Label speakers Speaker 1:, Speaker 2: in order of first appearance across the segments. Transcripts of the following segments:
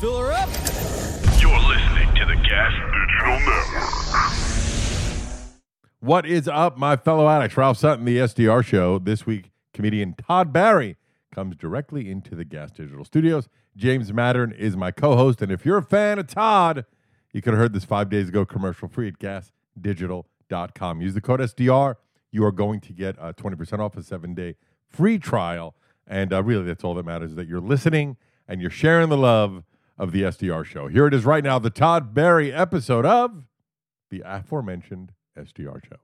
Speaker 1: Fill her up.
Speaker 2: You're listening to the Gas Digital Network.
Speaker 3: What is up, my fellow addicts? Ralph Sutton, the SDR show. This week, comedian Todd Barry comes directly into the Gas Digital Studios. James Mattern is my co host. And if you're a fan of Todd, you could have heard this five days ago commercial free at gasdigital.com. Use the code SDR. You are going to get uh, 20% off a seven day free trial. And uh, really, that's all that matters is that you're listening and you're sharing the love of the SDR show. Here it is right now the Todd Barry episode of the aforementioned SDR show.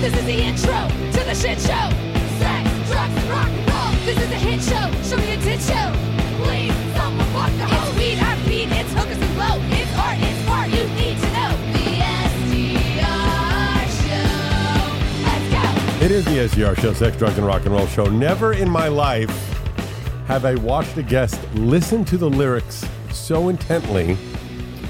Speaker 4: This is the intro to the shit show. Sex, drugs, and rock and roll. This is a hit show. Show me a tit show. Please, someone fuck the hoe. It's weed, I'm beat. It's hookers and blow. It's art, it's art. You need to know. The SDR show. Let's go.
Speaker 3: It is the SDR show, Sex, Drugs, and Rock and Roll show. Never in my life have I watched a guest listen to the lyrics so intently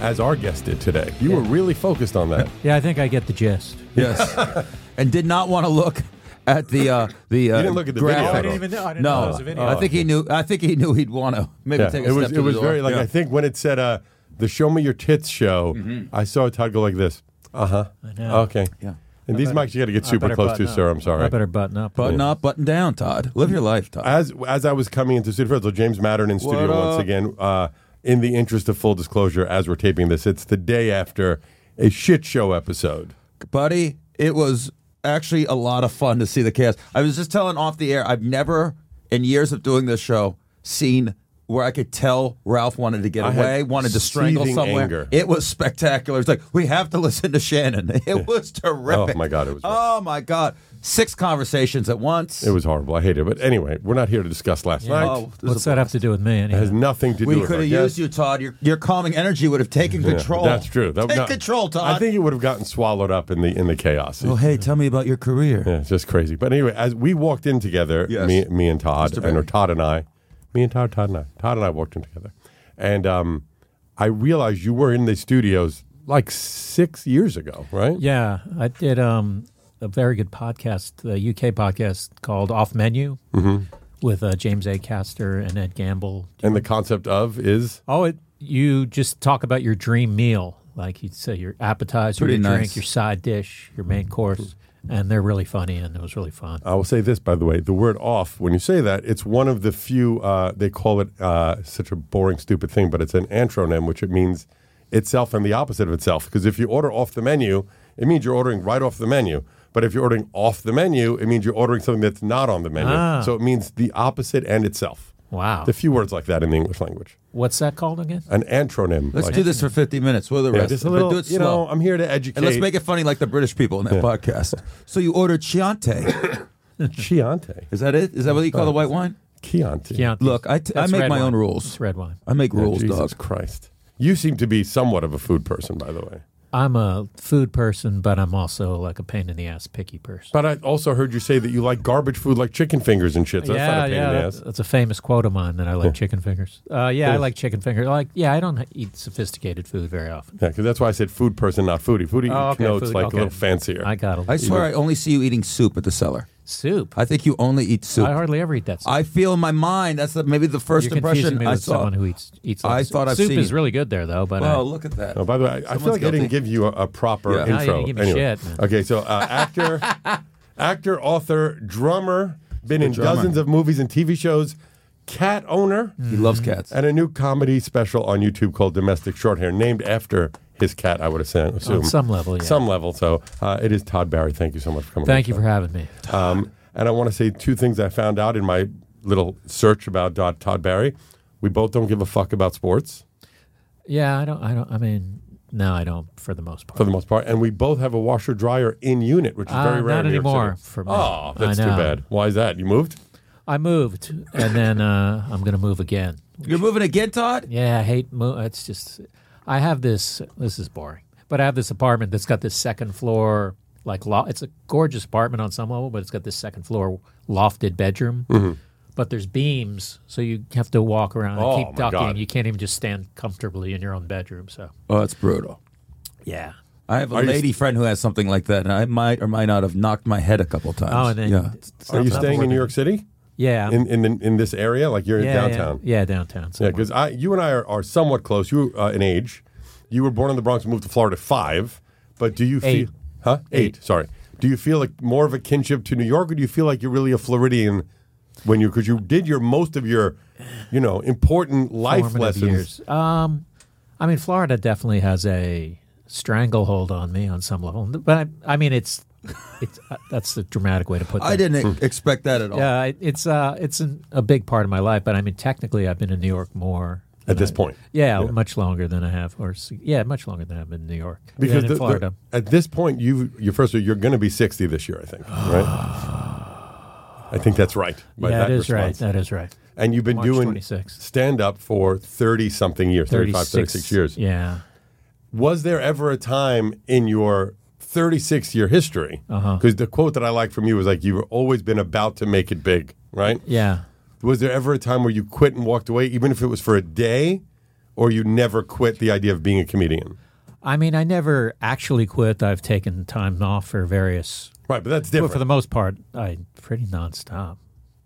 Speaker 3: as our guest did today. You were really focused on that.
Speaker 5: Yeah, I think I get the gist.
Speaker 6: Yes. and did not want to look at the uh, the uh,
Speaker 3: didn't look at the video.
Speaker 6: graphic.
Speaker 3: Oh, I didn't even
Speaker 5: know- I didn't
Speaker 6: no,
Speaker 5: know it was a video.
Speaker 6: I think he knew. I think he knew he'd want to maybe
Speaker 3: Yeah,
Speaker 6: take a
Speaker 3: it was
Speaker 6: step.
Speaker 3: it was very like I think when it said uh, the Show Me Your Tits show,
Speaker 5: Mm-hmm.
Speaker 3: I saw Todd go like this. Uh huh.
Speaker 5: know.
Speaker 3: Okay.
Speaker 6: Yeah.
Speaker 3: And these mics you got to get super
Speaker 5: Uh-huh. better
Speaker 3: close
Speaker 5: button
Speaker 3: to,
Speaker 5: up.
Speaker 3: sir. I'm sorry.
Speaker 5: I better button up.
Speaker 6: button up, button down, Todd. Live your life, Todd.
Speaker 3: as as I was coming into studio, first of all, James Mattern in studio
Speaker 6: What
Speaker 3: once
Speaker 6: up?
Speaker 3: again. Uh, in the interest of full disclosure, as we're taping this, it's the day after a shit show episode.
Speaker 6: buddy, it was actually a lot of fun to see the cast. I was just telling off the air, I've never, in years of doing this show, seen where I could tell Ralph wanted to get
Speaker 3: I had
Speaker 6: away, wanted to strangle
Speaker 3: seething
Speaker 6: somewhere.
Speaker 3: anger.
Speaker 6: It was spectacular. It's like we have to listen to Shannon. It was terrific.
Speaker 3: Oh, my God, it was-
Speaker 6: Oh my god, six conversations at once.
Speaker 3: It was horrible. I hate it. But anyway, we're not here to discuss last night.
Speaker 6: Oh, this
Speaker 5: What's
Speaker 6: is a-
Speaker 5: that have to do with me?
Speaker 3: It has
Speaker 5: Anyway?
Speaker 3: nothing to do.
Speaker 6: we
Speaker 3: with
Speaker 6: could
Speaker 3: our
Speaker 6: have
Speaker 3: guest.
Speaker 6: used you, Todd. Your, your calming energy would have taken control.
Speaker 3: That's true. That-
Speaker 6: Take
Speaker 3: no,
Speaker 6: control, Todd.
Speaker 3: I think it would have gotten swallowed up in the in the chaos.
Speaker 6: Oh, hey, tell me about your career.
Speaker 3: Yeah, it's just crazy. But anyway, as we walked in together,
Speaker 6: Yes.
Speaker 3: me, me and Todd,
Speaker 6: Mr.
Speaker 3: and
Speaker 6: Barry.
Speaker 3: or Todd and I, me and Todd, Todd and I, Todd and I walked in together, and um, I realized you were in the studios like six years ago, right?
Speaker 5: Yeah, I did um, a very good podcast, the UK podcast called Off Menu
Speaker 3: Mm-hmm.
Speaker 5: with uh, James A. Caster and Ed Gamble.
Speaker 3: And the concept of is
Speaker 5: Oh, it, you just talk about your dream meal. Like you'd say, your appetizer,
Speaker 6: Pretty
Speaker 5: your
Speaker 6: nice.
Speaker 5: drink, your side dish, your main course. And they're really funny, and it was really fun.
Speaker 3: I will say this by the way, the word off. When you say that, it's one of the few uh, they call it uh, such a boring, stupid thing, but it's an antronym, which it means itself and the opposite of itself. Because if you order off the menu, it means you're ordering right off the menu. But if you're ordering off the menu, it means you're ordering something that's not on the menu.
Speaker 5: Ah.
Speaker 3: So it means the opposite and itself.
Speaker 5: Wow.
Speaker 3: The few words like that in the English language.
Speaker 5: What's that called again?
Speaker 3: An antronym.
Speaker 6: Let's
Speaker 3: like-
Speaker 6: do this for 50 minutes. We're the
Speaker 3: Yeah,
Speaker 6: rest.
Speaker 3: just a
Speaker 6: but
Speaker 3: little.
Speaker 6: do it
Speaker 3: you
Speaker 6: slow.
Speaker 3: know, I'm here to educate.
Speaker 6: and let's make it funny like the British people in that podcast. So you ordered Chianti.
Speaker 3: Chianti.
Speaker 6: Is that it? Is that what you call the white wine?
Speaker 3: Chianti.
Speaker 5: Chianti.
Speaker 6: Look, I, t- I
Speaker 5: That's
Speaker 6: make
Speaker 5: red
Speaker 6: my own
Speaker 5: wine.
Speaker 6: rules.
Speaker 5: It's red wine.
Speaker 6: I make
Speaker 3: Yeah,
Speaker 6: rules,
Speaker 3: Jesus
Speaker 6: dog.
Speaker 3: Christ. You seem to be somewhat of a food person, by the way.
Speaker 5: I'm a food person, but I'm also like a pain in the ass picky person.
Speaker 3: But I also heard you say that you like garbage food like chicken fingers and shit. So that's not a pain in the
Speaker 5: that- uh,
Speaker 3: ass.
Speaker 5: that's a famous quote of mine that I like chicken fingers. Uh, yeah, I like chicken fingers. Like, yeah, I don't eat sophisticated food very often.
Speaker 3: Yeah, because that's why I said food person, not foodie. Foodie
Speaker 5: Oh, okay,
Speaker 3: connotes
Speaker 5: food-
Speaker 3: like
Speaker 5: okay.
Speaker 3: a little fancier.
Speaker 5: I got a
Speaker 6: I swear I only see you eating soup at the cellar.
Speaker 5: soup. I,
Speaker 6: I think you only eat soup. I,
Speaker 5: hardly ever eat that. Soup.
Speaker 6: feel in my mind that's the, maybe the first
Speaker 5: You're confusing
Speaker 6: impression
Speaker 5: me
Speaker 6: I
Speaker 5: with
Speaker 6: saw.
Speaker 5: someone who eats eats.
Speaker 6: I
Speaker 5: like
Speaker 6: thought
Speaker 5: soup.
Speaker 6: I've
Speaker 5: soup
Speaker 6: seen-
Speaker 5: is really good there though, but
Speaker 6: Well,
Speaker 5: I,
Speaker 6: look at that.
Speaker 3: Oh, by the way, I- I, feel like
Speaker 6: Someone's
Speaker 3: I didn't give
Speaker 6: guilty.
Speaker 3: you a, a proper
Speaker 6: Yeah.
Speaker 3: intro.
Speaker 6: No,
Speaker 5: you didn't give me
Speaker 3: anyway.
Speaker 5: shit, man.
Speaker 3: Okay, so uh, actor, actor, author, drummer, been in
Speaker 6: drummer.
Speaker 3: dozens of movies and TV shows, cat owner,
Speaker 5: Mm.
Speaker 6: He loves cats.
Speaker 3: and a new comedy special on YouTube called Domestic Shorthair, named after his cat. I would assume
Speaker 5: on some level, yeah.
Speaker 3: some level. So uh, it is Todd Barry. Thank you so much for coming. on
Speaker 5: Thank
Speaker 3: the
Speaker 5: you
Speaker 3: show.
Speaker 5: for having me.
Speaker 3: Um, and I want to say two things I found out in my little search about Todd, Todd Barry. We both don't give a fuck about sports
Speaker 5: Yeah, I don't. I don't. I mean, no, I don't for the most part.
Speaker 3: for the most part, and we both have a washer dryer in unit, which is
Speaker 5: Uh,
Speaker 3: very rare.
Speaker 5: not
Speaker 3: in New York
Speaker 5: anymore
Speaker 3: City.
Speaker 5: for me.
Speaker 3: Oh, that's
Speaker 5: I
Speaker 3: too
Speaker 5: know.
Speaker 3: bad. Why is that? You moved?
Speaker 5: I moved, and then uh, I'm going to move again.
Speaker 6: You're moving again, Todd?
Speaker 5: Yeah, I hate. Mo- it's just, I have this. This is boring, but I have this apartment that's got this second floor, like lo- it's a gorgeous apartment on some level, but it's got this second floor lofted bedroom.
Speaker 3: Mm-hmm.
Speaker 5: But there's beams, so you have to walk around and
Speaker 3: Oh,
Speaker 5: keep
Speaker 3: my
Speaker 5: ducking.
Speaker 3: God.
Speaker 5: You can't even just stand comfortably in your own bedroom. So
Speaker 6: Oh, it's brutal.
Speaker 5: yeah.
Speaker 6: I have a
Speaker 3: you
Speaker 6: lady friend who has something like that, and I might or might not have knocked my head a couple times.
Speaker 5: Oh, and then
Speaker 6: yeah.
Speaker 5: it's- it's
Speaker 3: Are you
Speaker 5: not
Speaker 3: staying in
Speaker 5: working.
Speaker 3: New York City?
Speaker 5: Yeah, I'm-
Speaker 3: In in in, in this area, like you're
Speaker 5: yeah,
Speaker 3: in downtown.
Speaker 5: Yeah, yeah downtown.
Speaker 3: Yeah,
Speaker 5: somewhere.
Speaker 3: because I you and I are, are somewhat close. You uh, in age. You were born in the Bronx, moved to Florida at five. But do you
Speaker 5: Eight.
Speaker 3: feel huh? Eight. Sorry. Do you feel like more of a kinship to New York, or do you feel like you're really a Floridian when you because you did your most of your, you know, important life
Speaker 5: formative
Speaker 3: lessons?
Speaker 5: years. Um, I mean, Florida definitely has a stranglehold on me on some level, but I, I mean, it's it's uh, that's the dramatic way to put. that.
Speaker 6: I didn't e- expect that at all.
Speaker 5: Hmm. Yeah, I- it's uh, it's an, a big part of my life, but I mean, technically, I've been in New York more.
Speaker 3: At
Speaker 5: than
Speaker 3: this
Speaker 5: I-
Speaker 3: point.
Speaker 5: yeah, much longer than I have, or s- yeah, much longer than I've been in New York.
Speaker 3: Because the-
Speaker 5: than in
Speaker 3: the-
Speaker 5: Florida,
Speaker 3: at this point, you you first you're going to be sixty this year, I think, right? I think that's right. by
Speaker 5: yeah,
Speaker 3: that
Speaker 5: that is
Speaker 3: response.
Speaker 5: right. That is right.
Speaker 3: And you've been
Speaker 5: March
Speaker 3: doing
Speaker 5: 26.
Speaker 3: stand up for thirty something years, 35, 36 years.
Speaker 5: Yeah.
Speaker 3: Was there ever a time in your 36 year history? Because
Speaker 5: Uh-huh.
Speaker 3: the quote that I like from you was like, "You've always been about to make it big," right?
Speaker 5: Yeah.
Speaker 3: Was there ever a time where you quit and walked away, even if it was for a day, or you never quit the idea of being a comedian?
Speaker 5: I mean, I never actually quit. I've taken time off for various
Speaker 3: Right, but that's
Speaker 5: But
Speaker 3: different.
Speaker 5: for the most part, I pretty nonstop.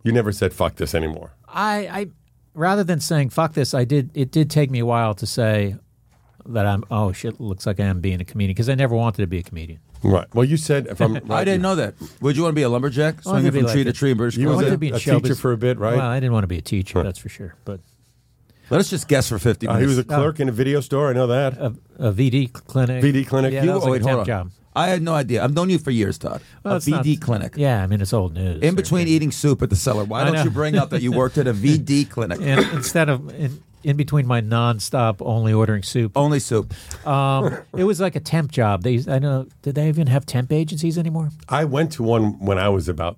Speaker 3: you never said "fuck this" anymore.
Speaker 5: I, I rather than saying fuck this, I did. It did take me a while to say that I'm. Oh shit! Looks like I am being a comedian because I never wanted to be a comedian.
Speaker 3: Right. Well, you said if I'm,
Speaker 6: I didn't know that. Would you want to be a lumberjack, swinging
Speaker 5: to be
Speaker 6: from
Speaker 5: like
Speaker 6: tree to
Speaker 5: it.
Speaker 6: tree in British
Speaker 3: You
Speaker 5: I
Speaker 3: was
Speaker 5: wanted
Speaker 3: a,
Speaker 5: to be in
Speaker 3: a teacher
Speaker 5: showbiz.
Speaker 3: for a bit, right?
Speaker 5: Well, I didn't want to be a teacher. That's for sure. But
Speaker 6: Let us just guess for fifty
Speaker 3: Uh,
Speaker 6: minutes.
Speaker 3: he was a clerk in a video store. I know that.
Speaker 5: a, a VD clinic.
Speaker 3: VD clinic.
Speaker 5: Yeah,
Speaker 3: You-
Speaker 5: that was
Speaker 3: oh,
Speaker 5: like
Speaker 3: wait,
Speaker 5: a
Speaker 6: Hold
Speaker 5: temp
Speaker 6: on.
Speaker 5: job.
Speaker 6: I had no idea. I've known you for years, Todd.
Speaker 5: Well,
Speaker 6: a
Speaker 5: it's not-
Speaker 6: VD clinic.
Speaker 5: Yeah, I mean it's old news.
Speaker 6: In between eating soup at the cellar, why
Speaker 5: I
Speaker 6: don't
Speaker 5: know.
Speaker 6: you bring up that you worked at a VD clinic?
Speaker 5: and instead of in, in between my nonstop only ordering soup,
Speaker 6: Only soup.
Speaker 5: um, it was like a temp job. They I know. Did they even have temp agencies anymore?
Speaker 3: I went to one when I was about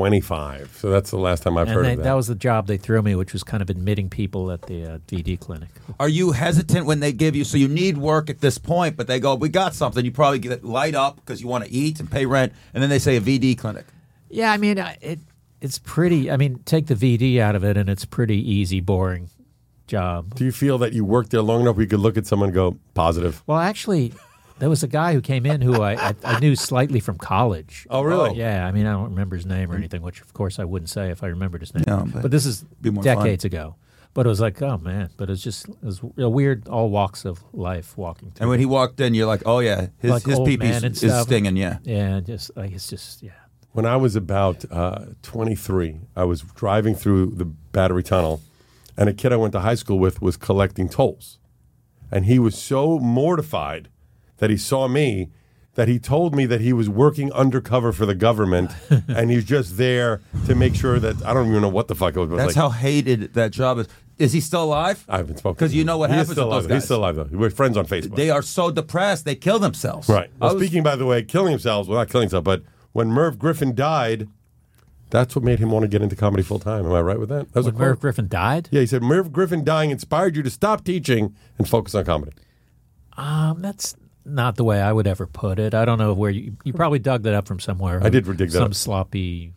Speaker 3: 25. So that's the last time I've
Speaker 5: And
Speaker 3: heard
Speaker 5: they,
Speaker 3: of
Speaker 5: that.
Speaker 3: that.
Speaker 5: was the job they threw me, which was kind of admitting people at the uh, VD clinic.
Speaker 6: Are you hesitant when they give you? So you need work at this point, but they go, "We got something." You probably get light up because you want to eat and pay rent, and then they say a VD clinic.
Speaker 5: Yeah, I mean, I- it it's pretty. I mean, take the VD out of it, and it's pretty easy, boring job.
Speaker 3: Do you feel that you worked there long enough where you could look at someone and go, positive?
Speaker 5: Well, actually, there was a guy who came in who I I, I knew slightly from college.
Speaker 3: Oh, really?
Speaker 5: Yeah, I mean, I don't remember his name or anything, which of course I wouldn't say if I remembered his name.
Speaker 6: No, but
Speaker 5: but, this is
Speaker 6: be more
Speaker 5: decades ago. But it was like, oh man! But it was just it was a weird, all walks of life walking.
Speaker 6: And
Speaker 5: Through.
Speaker 6: when he walked in, you're like, "Oh yeah, his
Speaker 5: Like
Speaker 6: his
Speaker 5: old
Speaker 6: pee
Speaker 5: man and
Speaker 6: is
Speaker 5: stuff.
Speaker 6: stinging." Yeah.
Speaker 5: yeah, just like it's just yeah.
Speaker 3: When I was about uh, 23, I was driving through the Battery Tunnel, and a kid I went to high school with was collecting tolls. And he was so mortified that he saw me that he told me that he was working undercover for the government and he's just there to make sure that I don't even know what the fuck it was. but like,
Speaker 6: That's how hated that job is. Is he still alive?
Speaker 3: I haven't spoken
Speaker 6: 'Cause you know what
Speaker 3: He is
Speaker 6: happens
Speaker 3: still
Speaker 6: with
Speaker 3: alive.
Speaker 6: those
Speaker 3: He's
Speaker 6: guys.
Speaker 3: still alive though. We're friends on Facebook.
Speaker 6: They are so depressed they kill themselves.
Speaker 3: Right.
Speaker 6: I
Speaker 3: Well,
Speaker 6: was-
Speaker 3: speaking, by the way, killing themselves, well, not killing himself, but when Merv Griffin died, that's what made him want to get into comedy full time. Am I right with that? That was
Speaker 5: When
Speaker 3: a quote.
Speaker 5: Merv Griffin died,
Speaker 3: yeah, he said Merv Griffin dying inspired you to stop teaching and focus on comedy.
Speaker 5: Um, that's not the way I would ever put it. I don't know where you you probably dug that up from somewhere.
Speaker 3: I did dig that
Speaker 5: Some
Speaker 3: up.
Speaker 5: sloppy,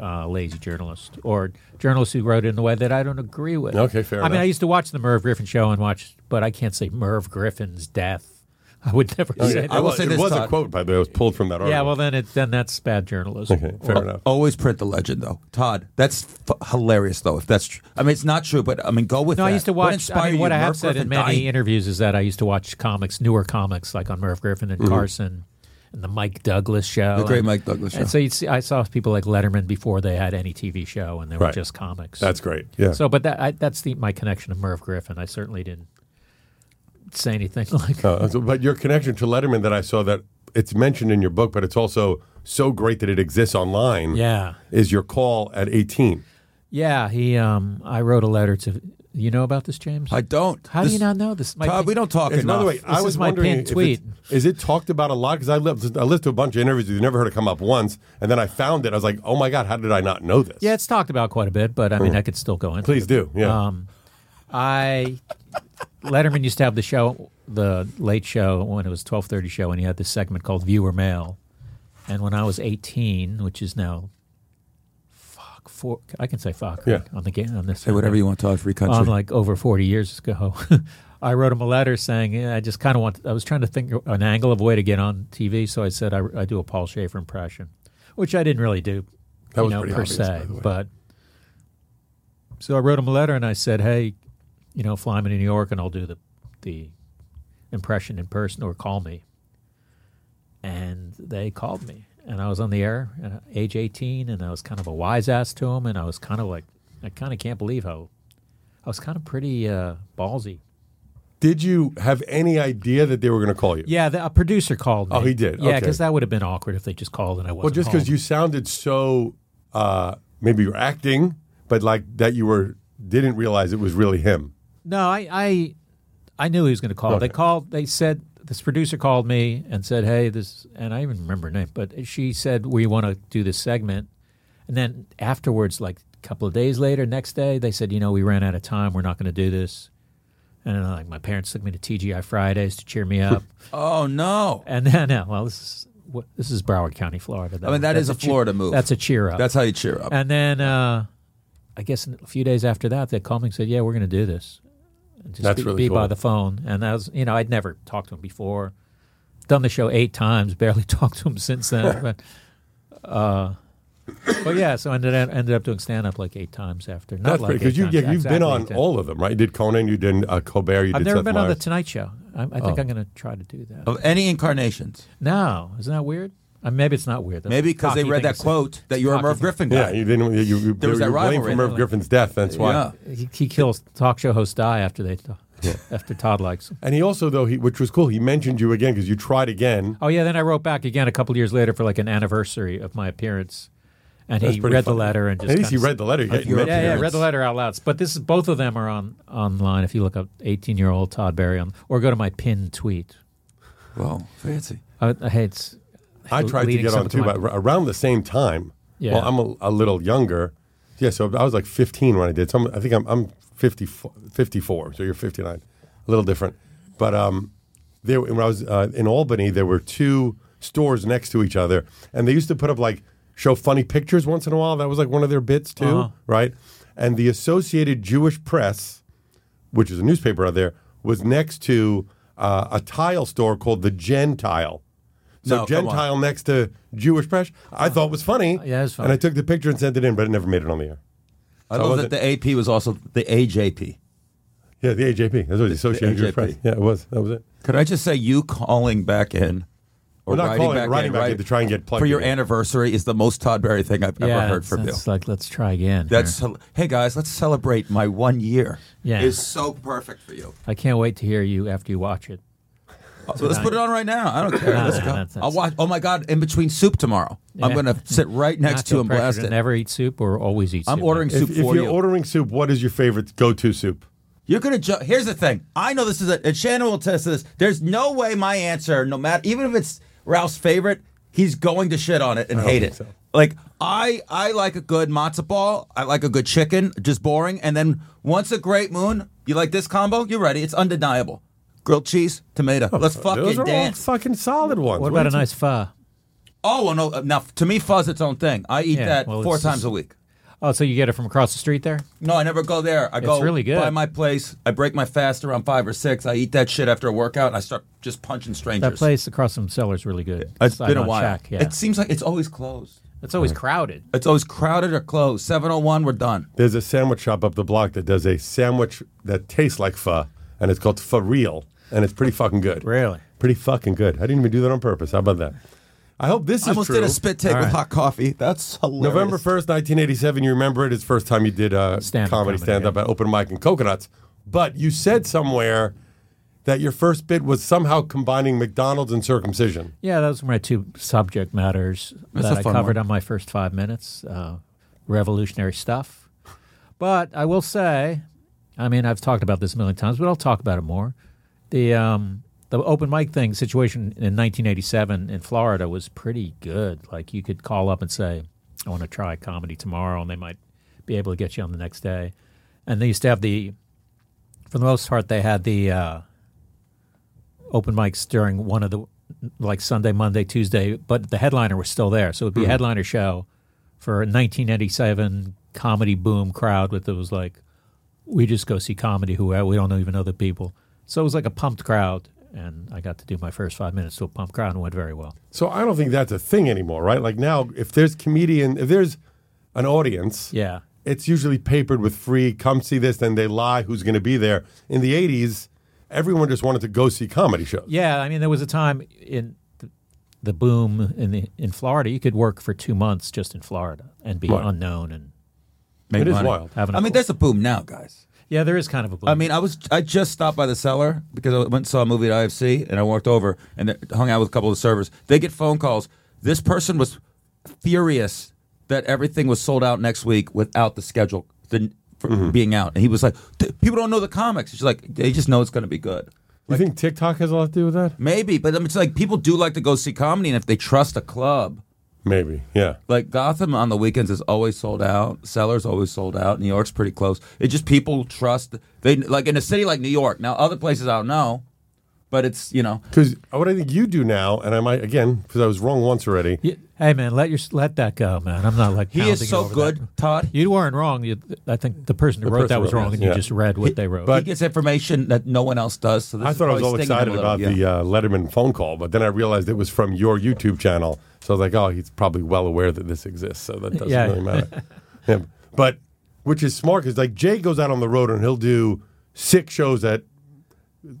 Speaker 5: uh, lazy journalist or journalist who wrote it in a way that I don't agree with.
Speaker 3: Okay, fair
Speaker 5: I mean,
Speaker 3: enough.
Speaker 5: I used to watch the Merv Griffin show and watch, but I can't say Merv Griffin's death. I would never say
Speaker 3: Oh, I
Speaker 5: that.
Speaker 6: will
Speaker 3: was,
Speaker 6: say
Speaker 3: it
Speaker 6: this,
Speaker 3: was a
Speaker 6: Todd.
Speaker 3: quote, by the way. It was pulled from that article.
Speaker 5: yeah, well, then it then that's bad journalism.
Speaker 3: okay, fair enough.
Speaker 6: Always print the legend, though. Todd, that's f- hilarious, though. If that's true, I mean, it's not true, but I mean, go with
Speaker 5: No,
Speaker 6: that.
Speaker 5: I used to
Speaker 6: What
Speaker 5: watch.
Speaker 6: inspired
Speaker 5: What, I mean,
Speaker 6: you,
Speaker 5: what I have
Speaker 6: Merv
Speaker 5: said in
Speaker 6: Griffin
Speaker 5: many
Speaker 6: dying?
Speaker 5: interviews is that I used to watch comics, newer comics, like on Merv Griffin and Carson and the Mike Douglas show,
Speaker 6: Mm-hmm. The great
Speaker 5: and-
Speaker 6: Mike Douglas show.
Speaker 5: And so you'd see, I saw people like Letterman before they had any TV show, and they
Speaker 3: Right.
Speaker 5: were just comics.
Speaker 3: That's great. Yeah.
Speaker 5: so. But that I, that's the my connection to Merv Griffin. I certainly didn't say anything like.
Speaker 6: Oh.
Speaker 3: Uh, so- but your connection to Letterman that I saw that it's mentioned in your book, but it's also so great that it exists online.
Speaker 5: Yeah,
Speaker 3: Is your call at 18?
Speaker 5: yeah. He, um, I wrote a letter to. You know about this, James?
Speaker 6: I don't.
Speaker 5: How
Speaker 6: This-
Speaker 5: do you not know this? My pe-
Speaker 6: Todd, we don't talk
Speaker 3: It's-
Speaker 6: enough.
Speaker 3: By the way, I
Speaker 5: is
Speaker 3: was
Speaker 5: my
Speaker 3: wondering,
Speaker 5: pinned
Speaker 3: if it's-
Speaker 5: tweet.
Speaker 3: is it talked about a lot? Because I listened, I listened to a bunch of interviews. You never heard it come up once, and then I found it. I was like, oh my god, how did I not know this?
Speaker 5: Yeah, it's talked about quite a bit, but I mean, I could still go into. it.
Speaker 3: please do. Yeah,
Speaker 5: Um, I Letterman used to have the show, the late show when it was twelve thirty show, and he had this segment called Viewer Mail. And when I was eighteen, which is now, fuck, four, I can say fuck
Speaker 3: Yeah.
Speaker 5: on the game on this.
Speaker 6: Say whatever you want to talk free country.
Speaker 5: on like over 40 years ago. I wrote him a letter saying yeah, I just kind of want. I was trying to think of an angle of way to get on TV, so I said I, I do a Paul Schaefer impression, which I didn't really do.
Speaker 3: That
Speaker 5: you
Speaker 3: was
Speaker 5: know,
Speaker 3: pretty
Speaker 5: per
Speaker 3: obvious,
Speaker 5: se,
Speaker 3: by the way.
Speaker 5: but so I wrote him a letter and I said, hey, you know, fly me to New York and I'll do the the impression in person or call me. And they called me and I was on the air at age 18 and I was kind of a wise ass to him and I was kind of like, I kind of can't believe how I was kind of pretty uh, ballsy.
Speaker 3: Did you have any idea that they were going to call you?
Speaker 5: Yeah, the, a producer called me.
Speaker 3: Oh, he did?
Speaker 5: Yeah,
Speaker 3: Okay.
Speaker 5: because that would have been awkward if they just called and I wasn't.
Speaker 3: Well, just because
Speaker 5: home.
Speaker 3: you sounded so uh, maybe you were acting, but like that you were didn't realize it was really him.
Speaker 5: No, I I, I knew he was going to call. They called. They said this producer called me and said, "Hey, this." And I even remember her name, but she said, "We want to do this segment." And then afterwards, like a couple of days later, next day, they said, "You know, we ran out of time. We're not going to do this." And then, like my parents took me to TGI Fridays to cheer me up.
Speaker 6: oh no,
Speaker 5: and then, uh, well, this is what- this is Broward County, Florida.
Speaker 6: I mean, that
Speaker 5: that's
Speaker 6: is a
Speaker 5: cheer-
Speaker 6: Florida move.
Speaker 5: That's a cheer up.
Speaker 6: that's how you cheer up.
Speaker 5: And then uh, I guess a few days after that, they called me and said, "Yeah, we're going to do this." And just
Speaker 3: That's
Speaker 5: be,
Speaker 3: really
Speaker 5: be by
Speaker 3: cool.
Speaker 5: the phone, and that was you know I'd never talked to him before. Done the show eight times, barely talked to him since then. but, uh, but yeah, so ended up, ended up doing stand up like eight times after. Not
Speaker 3: That's
Speaker 5: like
Speaker 3: pretty because
Speaker 5: eight
Speaker 3: you
Speaker 5: times,
Speaker 3: yeah, you've been
Speaker 5: exactly
Speaker 3: on
Speaker 5: eight times.
Speaker 3: all of them, right? You did Conan, you did uh, Colbert, you
Speaker 5: I've
Speaker 3: did
Speaker 5: never
Speaker 3: Seth
Speaker 5: been on the
Speaker 3: Meyers. Oh.
Speaker 5: Tonight Show. I, I think I'm going to try to do that.
Speaker 6: of any incarnations,
Speaker 5: No, isn't that weird? Uh, maybe it's not weird. That's
Speaker 6: maybe because they
Speaker 5: cocky
Speaker 6: read
Speaker 5: thing
Speaker 6: that
Speaker 5: to say.
Speaker 6: quote that you're a
Speaker 5: cocky
Speaker 6: Merv
Speaker 5: thing.
Speaker 6: Griffin
Speaker 3: yeah,
Speaker 6: guy.
Speaker 3: you didn't. You, you,
Speaker 6: There was
Speaker 3: you
Speaker 6: that
Speaker 3: were blamed for
Speaker 6: rivalry.
Speaker 3: Merv Griffin's death. That's why.
Speaker 6: Yeah.
Speaker 5: He, he kills talk show hosts die after they after Todd likes. 'em.
Speaker 3: And he also though he, which was cool, he mentioned you again because you tried again.
Speaker 5: Oh yeah, then I wrote back again a couple years later for like an anniversary of my appearance, and
Speaker 3: That's
Speaker 5: he
Speaker 3: pretty
Speaker 5: read
Speaker 3: funny.
Speaker 5: the letter and just
Speaker 3: At least he
Speaker 5: kinda-
Speaker 3: read the letter. He didn't
Speaker 6: your
Speaker 3: mention
Speaker 5: Yeah, yeah,
Speaker 3: it.
Speaker 5: read the letter out loud. But this is both of them are on online. If you look up eighteen year old Todd Barry on, or go to my pinned tweet.
Speaker 6: Whoa, fancy.
Speaker 5: I, I hate. s-
Speaker 3: I
Speaker 5: l-
Speaker 3: tried to
Speaker 5: leading
Speaker 3: get
Speaker 5: some
Speaker 3: on
Speaker 5: of
Speaker 3: too,
Speaker 5: my-
Speaker 3: but ar- around the same time.
Speaker 5: Yeah.
Speaker 3: Well, I'm a, a little younger. Yeah, so I was like 15 when I did. So I'm, I think I'm, I'm 50, 54. So you're 59. A little different. But um, there, when I was uh, in Albany, there were two stores next to each other. And they used to put up like show funny pictures once in a while. That was like one of their bits too,
Speaker 5: Uh-huh.
Speaker 3: right? And the Associated Jewish Press which is a newspaper out there, was next to uh, a tile store called the Gentile. So
Speaker 6: No, come on.
Speaker 3: Gentile next to Jewish Press, I thought was funny.
Speaker 5: Yeah, it was funny.
Speaker 3: And I took the picture and sent it in, but it never made it on the air.
Speaker 6: I
Speaker 3: So
Speaker 6: love
Speaker 3: was
Speaker 6: that the AP was also the AJP.
Speaker 3: Yeah, the AJP. That's what the Associated Jewish
Speaker 6: AJP.
Speaker 3: Press. Yeah, it was. That was it.
Speaker 6: Could I just say you calling back in
Speaker 3: Well,
Speaker 6: or
Speaker 3: not
Speaker 6: writing
Speaker 3: calling,
Speaker 6: back
Speaker 3: writing
Speaker 6: in,
Speaker 3: back in
Speaker 6: right,
Speaker 3: to try and get plugged
Speaker 6: for your
Speaker 3: in.
Speaker 6: anniversary is the most Todd Berry thing I've ever heard
Speaker 5: it's-
Speaker 6: from you.
Speaker 5: it's like let's try again.
Speaker 6: That's
Speaker 5: here.
Speaker 6: hey guys, let's celebrate my one year.
Speaker 5: Yeah.
Speaker 6: is so perfect for you.
Speaker 5: I can't wait to hear you after you watch it. Uh,
Speaker 6: So let's put it on right now. I don't care.
Speaker 5: No,
Speaker 6: Let's
Speaker 5: no,
Speaker 6: go.
Speaker 5: that's- that's-
Speaker 6: I'll watch. Oh my God! In between soup tomorrow, I'm
Speaker 5: Yeah.
Speaker 6: gonna sit right next
Speaker 5: Not
Speaker 6: to
Speaker 5: feel
Speaker 6: him,
Speaker 5: pressure
Speaker 6: blast
Speaker 5: to
Speaker 6: it.
Speaker 5: Never eat soup or always eat.
Speaker 6: I'm
Speaker 5: soup,
Speaker 6: ordering
Speaker 5: I
Speaker 6: soup
Speaker 3: If, if
Speaker 6: for
Speaker 3: you're
Speaker 6: you.
Speaker 3: ordering soup, what is your favorite go to soup?
Speaker 6: You're gonna ju- here's the thing. I know this is a and Shannon will test this. There's no way my answer, no matter even if it's Ralph's favorite, he's going to shit on it and hate
Speaker 3: think
Speaker 6: it.
Speaker 3: so.
Speaker 6: Like I I like a good matzo ball. I like a good chicken, just boring. And then once a great moon, you like this combo, you're ready. It's undeniable. Grilled cheese, tomato. Let's
Speaker 3: Oh, Those
Speaker 6: fucking
Speaker 3: are
Speaker 6: dance.
Speaker 3: all fucking solid ones.
Speaker 5: What about a
Speaker 3: do you-
Speaker 5: nice pho?
Speaker 6: oh well, no. Now to me, fuzz its own thing. I eat
Speaker 5: Yeah,
Speaker 6: that
Speaker 5: well,
Speaker 6: four
Speaker 5: it's
Speaker 6: times
Speaker 5: just-
Speaker 6: a week.
Speaker 5: Oh, so you get it from across the street there?
Speaker 6: No, I never go there. I go
Speaker 5: really good.
Speaker 6: by my place. I break my fast around five or six. I eat that shit after a workout, and I start just punching strangers.
Speaker 5: That place across from Sellers really good.
Speaker 6: It's been a
Speaker 5: Sidon
Speaker 6: while.
Speaker 5: Shack, yeah.
Speaker 6: It seems like it's always closed.
Speaker 5: It's always crowded.
Speaker 6: It's always crowded or closed. 701, we're done.
Speaker 3: There's a sandwich shop up the block that does a sandwich that tastes like pho, and it's called Pho Real, and it's pretty fucking good.
Speaker 5: Really?
Speaker 3: Pretty fucking good. I didn't even do that on purpose. How about that? I hope this
Speaker 6: I
Speaker 3: is
Speaker 6: almost
Speaker 3: true.
Speaker 6: did a spit take
Speaker 5: All
Speaker 6: with
Speaker 5: right.
Speaker 6: hot coffee. That's hilarious.
Speaker 3: November 1st, 1987, you remember it. It's the first time you did uh,
Speaker 5: Stand-up
Speaker 3: comedy,
Speaker 5: comedy,
Speaker 3: stand up at Open Mic and Coconuts. But you said somewhere that your first bit was somehow combining McDonald's and circumcision.
Speaker 5: Yeah, those were my two subject matters
Speaker 6: That's
Speaker 5: that
Speaker 6: a
Speaker 5: I
Speaker 6: fun
Speaker 5: covered
Speaker 6: one.
Speaker 5: on my first five minutes. Uh, revolutionary stuff. But I will say, I mean, I've talked about this a million times, but I'll talk about it more. The um, the open mic thing situation in 1987 in Florida was pretty good. Like you could call up and say, "I want to try comedy tomorrow," and they might be able to get you on the next day. And they used to have the for the most part, they had the uh, open mics during one of the like Sunday, Monday, Tuesday, but the headliner was still there, so it'd be a headliner show for a 1987 comedy boom crowd with it was like we just go see comedy who we don't even know the people, so it was like a pumped crowd, and I got to do my first five minutes to a pumped crowd and it went very well.
Speaker 3: So I don't think that's a thing anymore, right? Like now, if there's comedian, if there's an audience,
Speaker 5: Yeah,
Speaker 3: it's usually papered with free. Come see this, then they lie who's going to be there. In the '80s, everyone just wanted to go see comedy shows.
Speaker 5: Yeah, I mean, there was a time in th- the boom in the in Florida, you could work for two months just in Florida and be
Speaker 3: Right.
Speaker 5: unknown and
Speaker 6: Make
Speaker 3: It is
Speaker 6: money.
Speaker 3: wild.
Speaker 5: have an.
Speaker 6: I mean, there's a boom now, guys.
Speaker 5: yeah, there is kind of a boom.
Speaker 6: I mean, I was I just stopped by the cellar because I went and saw a movie at IFC, and I walked over and th- hung out with a couple of the servers. They get phone calls. This person was furious that everything was sold out next week without the schedule the, for being out, and he was like, "Th- "People don't know the comics." She's like, "They just know it's going to be good."
Speaker 3: You think TikTok has a lot to do with that?
Speaker 6: Maybe, but I mean, it's like people do like to go see comedy, and if they trust a club,
Speaker 3: Maybe. Yeah.
Speaker 6: like Gotham on the weekends is always sold out. Sellers always sold out. New York's pretty close. It just people trust they like in a city like New York. Now other places I don't know, but it's you know
Speaker 3: Because what I think you do now, and I might again because I was wrong once already.
Speaker 5: Y- hey man, let your let that go, man. I'm not like
Speaker 6: he
Speaker 5: pounding
Speaker 6: is
Speaker 5: it
Speaker 6: so
Speaker 5: over
Speaker 6: good.
Speaker 5: that.
Speaker 6: Todd,
Speaker 5: You weren't wrong. You, I think the person who
Speaker 3: The
Speaker 5: wrote
Speaker 3: person
Speaker 5: that was
Speaker 3: wrote
Speaker 5: wrong,
Speaker 3: it,
Speaker 5: and you
Speaker 3: yeah.
Speaker 5: just read what they wrote.
Speaker 6: he gets information that no one else does. So this
Speaker 3: I
Speaker 6: is
Speaker 3: thought I was all
Speaker 6: probably stinging him
Speaker 3: excited
Speaker 6: a little,
Speaker 3: about
Speaker 6: yeah.
Speaker 3: the uh, Letterman phone call, but then I realized it was from your YouTube channel. So I was like, oh, he's probably well aware that this exists, so that doesn't
Speaker 5: Yeah.
Speaker 3: really matter. yeah. But which is smart because like Jay goes out on the road and he'll do six shows at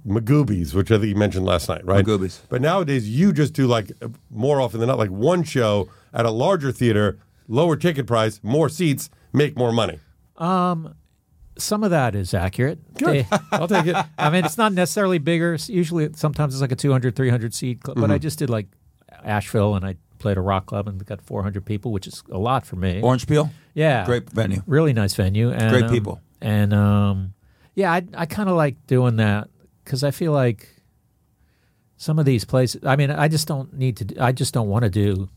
Speaker 3: Magoobies, which I think you mentioned last night, right?
Speaker 6: Magoobies.
Speaker 3: But nowadays you just do like more often than not like one show at a larger theater, lower ticket price, more seats, make more money.
Speaker 5: Some of that is accurate. They-
Speaker 3: I'll take it.
Speaker 5: I mean, it's not necessarily bigger. It's Usually, sometimes it's like a 200, 300 seat club.
Speaker 3: Mm-hmm.
Speaker 5: But I just did like Asheville, and I played a rock club and got 400 people, which is a lot for
Speaker 3: uh,
Speaker 5: me.
Speaker 6: Orange Peel.
Speaker 5: Yeah,
Speaker 6: Great venue.
Speaker 5: really nice venue, and
Speaker 6: Great
Speaker 5: um,
Speaker 6: people.
Speaker 5: and um, yeah, I I kind of like doing that because I feel like some of these places. I mean, I just don't need to. d- I just don't want to do.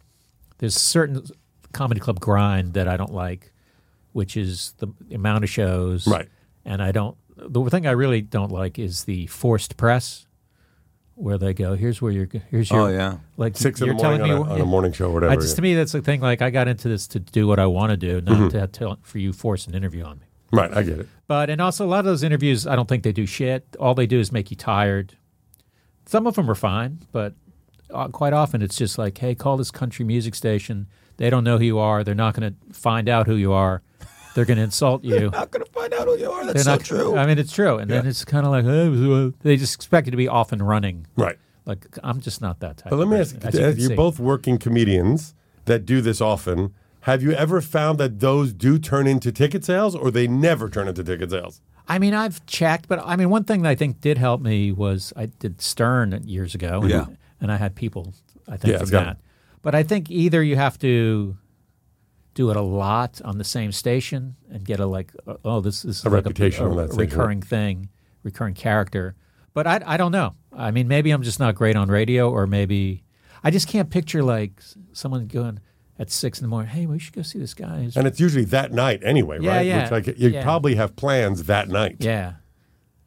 Speaker 5: There's certain comedy club grind that I don't like, which is the amount of shows,
Speaker 3: Right.
Speaker 5: And I don't. The thing I really don't like is the forced press, where they go, "Here's where you're. g- Here's your.
Speaker 6: Oh yeah,
Speaker 5: Like
Speaker 3: Six in
Speaker 5: you're
Speaker 3: the morning on
Speaker 5: telling
Speaker 3: a,
Speaker 5: me
Speaker 3: on a morning show or whatever.
Speaker 5: I just to me that's the thing. Like I got into this to do what I want to do,
Speaker 6: Mm-hmm.
Speaker 5: not to tell for you force an interview on me.
Speaker 3: right, I get it.
Speaker 5: But and also a lot of those interviews, I don't think they do shit. All they do is make you tired. Some of them are fine, but uh, quite often it's just like, hey, call this country music station. They don't know who you are. They're not going to find out who you are. They're going to insult you.
Speaker 6: not gonna find out who you are.
Speaker 5: They're
Speaker 6: That's
Speaker 5: not
Speaker 6: so true.
Speaker 5: I mean, it's true. And then it's kind of like "Hey, well," they just expect you to be off and running.
Speaker 3: Right.
Speaker 5: Like I'm just not that type.
Speaker 3: But let
Speaker 5: of
Speaker 3: me ask
Speaker 5: person,
Speaker 3: you,
Speaker 5: as you
Speaker 6: uh,
Speaker 3: as
Speaker 5: can
Speaker 3: you're
Speaker 5: see.
Speaker 3: both working comedians that do this often. Have you ever found that those do turn into ticket sales or they never turn into ticket sales?
Speaker 5: I mean, I've checked, but I mean, one thing that I think did help me was I did Stern years ago. And,
Speaker 6: Yeah.
Speaker 5: And I had people, I think,
Speaker 3: Yeah,
Speaker 5: from
Speaker 3: it's got-
Speaker 5: that. But I think either you have to do it a lot on the same station and get a like, uh, oh, this, this is
Speaker 3: A
Speaker 5: like
Speaker 3: reputation
Speaker 5: a,
Speaker 3: on that station,
Speaker 5: recurring thing, recurring character. But I, I don't know. I mean, maybe I'm just not great on radio, or maybe I just can't picture like s- someone going at six in the morning, hey, we should go see this guy. He's
Speaker 3: And it's usually that night anyway,
Speaker 5: Yeah,
Speaker 3: right?
Speaker 5: yeah,
Speaker 3: Which like you
Speaker 5: yeah.
Speaker 3: probably have plans that night.
Speaker 5: Yeah,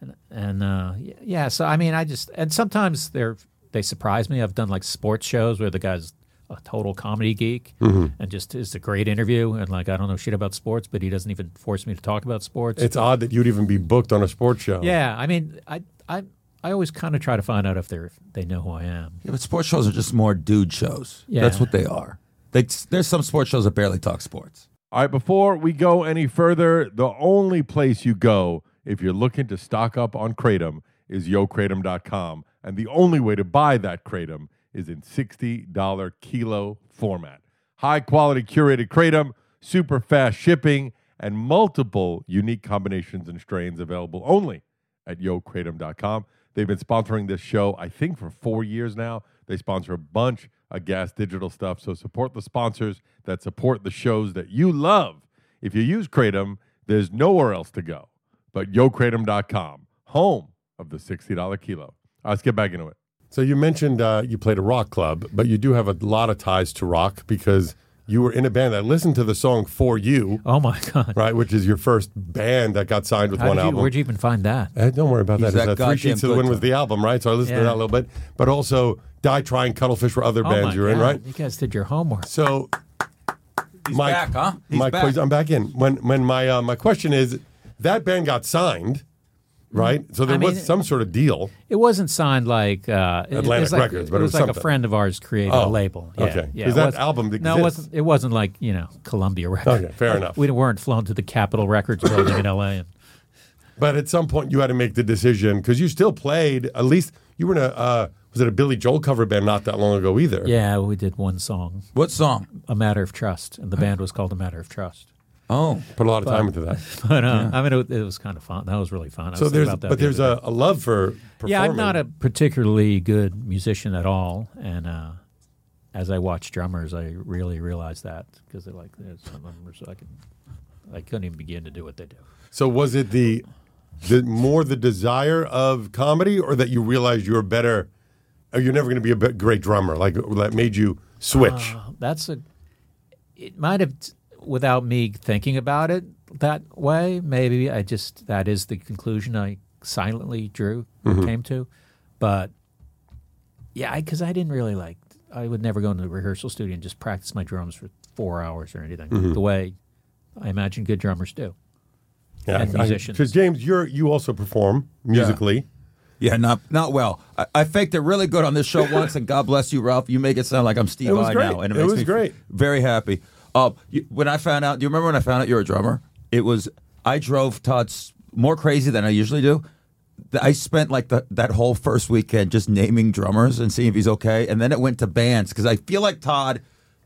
Speaker 5: and, and uh, y- yeah. So I mean, I just and sometimes they're they surprise me. I've done like sports shows where the guy's a total comedy geek
Speaker 3: Mm-hmm.
Speaker 5: and just is a great interview and like I don't know shit about sports, but he doesn't even force me to talk about sports.
Speaker 3: It's odd that you'd even be booked on a sports show.
Speaker 5: yeah, I mean, I I I always kind of try to find out if they're if they know who I am.
Speaker 6: Yeah, but sports shows are just more dude shows.
Speaker 5: Yeah.
Speaker 6: That's what they are. They, there's some sports shows that barely talk sports.
Speaker 7: All right, before we go any further, the only place you go if you're looking to stock up on Kratom is yocratom.com. And the only way to buy that Kratom is in $60 kilo format. High quality curated Kratom, super fast shipping, and multiple unique combinations and strains available only at yocratom.com. They've been sponsoring this show, I think, for four years now. They sponsor a bunch of Gas Digital stuff. So support the sponsors that support the shows that you love. If you use Kratom, there's nowhere else to go but yocratom.com, home of the $60 kilo. All right, let's get back into it.
Speaker 3: uh, So you mentioned uh, you played a rock club, but you do have a lot of ties to rock because you were in a band that listened to the song for you,
Speaker 5: Oh my God!
Speaker 3: right? Which is your first band that got signed with
Speaker 5: How
Speaker 3: one
Speaker 5: did you,
Speaker 3: album.
Speaker 5: where'd you even find that?
Speaker 3: Eh, don't worry about
Speaker 6: He's
Speaker 3: that. It's,
Speaker 6: that
Speaker 3: uh, Three
Speaker 6: goddamn
Speaker 3: Sheets to the
Speaker 6: good
Speaker 3: Wind was the album, right? So I listened to
Speaker 5: Yeah.
Speaker 3: that a little bit, but also Die Trying Cuttlefish were other
Speaker 5: Oh
Speaker 3: bands
Speaker 5: my
Speaker 3: you were in,
Speaker 5: God,
Speaker 3: right?
Speaker 5: You guys did your homework.
Speaker 3: So
Speaker 6: He's
Speaker 3: my
Speaker 6: back, huh? He's
Speaker 3: my
Speaker 6: back.
Speaker 3: question- I'm back in. When when my uh, my question is that band got signed, right? So there
Speaker 5: Mm-hmm. I
Speaker 3: was
Speaker 5: mean-
Speaker 3: some sort of deal.
Speaker 5: It wasn't signed like uh, it- it
Speaker 3: Atlantic
Speaker 5: was like-
Speaker 3: Records, but it was
Speaker 5: like
Speaker 3: something.
Speaker 5: a friend of ours created
Speaker 3: Oh,
Speaker 5: a label. Yeah,
Speaker 3: okay.
Speaker 5: yeah,
Speaker 3: 'Cause
Speaker 5: it
Speaker 3: that
Speaker 5: wasn't-
Speaker 3: album exists.
Speaker 5: No, it wasn't. It wasn't like you know Columbia Records.
Speaker 3: Okay, fair enough.
Speaker 5: We weren't flown to the Capitol Records building in L.A. and
Speaker 3: But at some point you had to make the decision because you still played. At least you were in a uh, was it a Billy Joel cover band not that long ago either?
Speaker 5: Yeah, we did one song,
Speaker 6: What song?
Speaker 5: A Matter of Trust, and the band was called A Matter of Trust.
Speaker 6: Oh,
Speaker 3: put a lot of time into that.
Speaker 5: But uh, I mean, it, it was kind of fun. That was really fun. I
Speaker 3: So
Speaker 5: was thinking
Speaker 3: there's
Speaker 5: about that
Speaker 3: but
Speaker 5: the
Speaker 3: there's
Speaker 5: other
Speaker 3: a, a love for performing.
Speaker 5: day. yeah. I'm not a particularly good musician at all, and uh, as I watch drummers, I really realize that because they're like, there's some drummers I can, I couldn't even begin to do what they do.
Speaker 3: So was it the the more the desire of comedy, or that you realized you're better, or you're never going to be a be- great drummer? Like that made you switch.
Speaker 5: Uh, That's a. It might have, t- without me thinking about it that way. Maybe I just that is the conclusion I silently drew
Speaker 6: Mm-hmm.
Speaker 5: came to, but yeah, because I, didn't really like. I would never go into the rehearsal studio and just practice my drums for four hours or anything.
Speaker 6: Mm-hmm.
Speaker 5: The way I imagine good drummers do. and musicians.
Speaker 3: Because James, you're you also perform musically.
Speaker 6: yeah, not not well. I, I faked it really good on this show once, and God bless you, Ralph. You make it sound like I'm Steve
Speaker 3: It was
Speaker 6: I
Speaker 3: great.
Speaker 6: now, and it,
Speaker 3: It
Speaker 6: makes
Speaker 3: was
Speaker 6: me
Speaker 3: great.
Speaker 6: Very happy. Uh, you, when I found out, do you remember when I found out you're a drummer? It was I drove Todd's more crazy than I usually do. Th- I spent like the, that whole first weekend just naming drummers and seeing if he's okay, and then it went to bands because I feel like Todd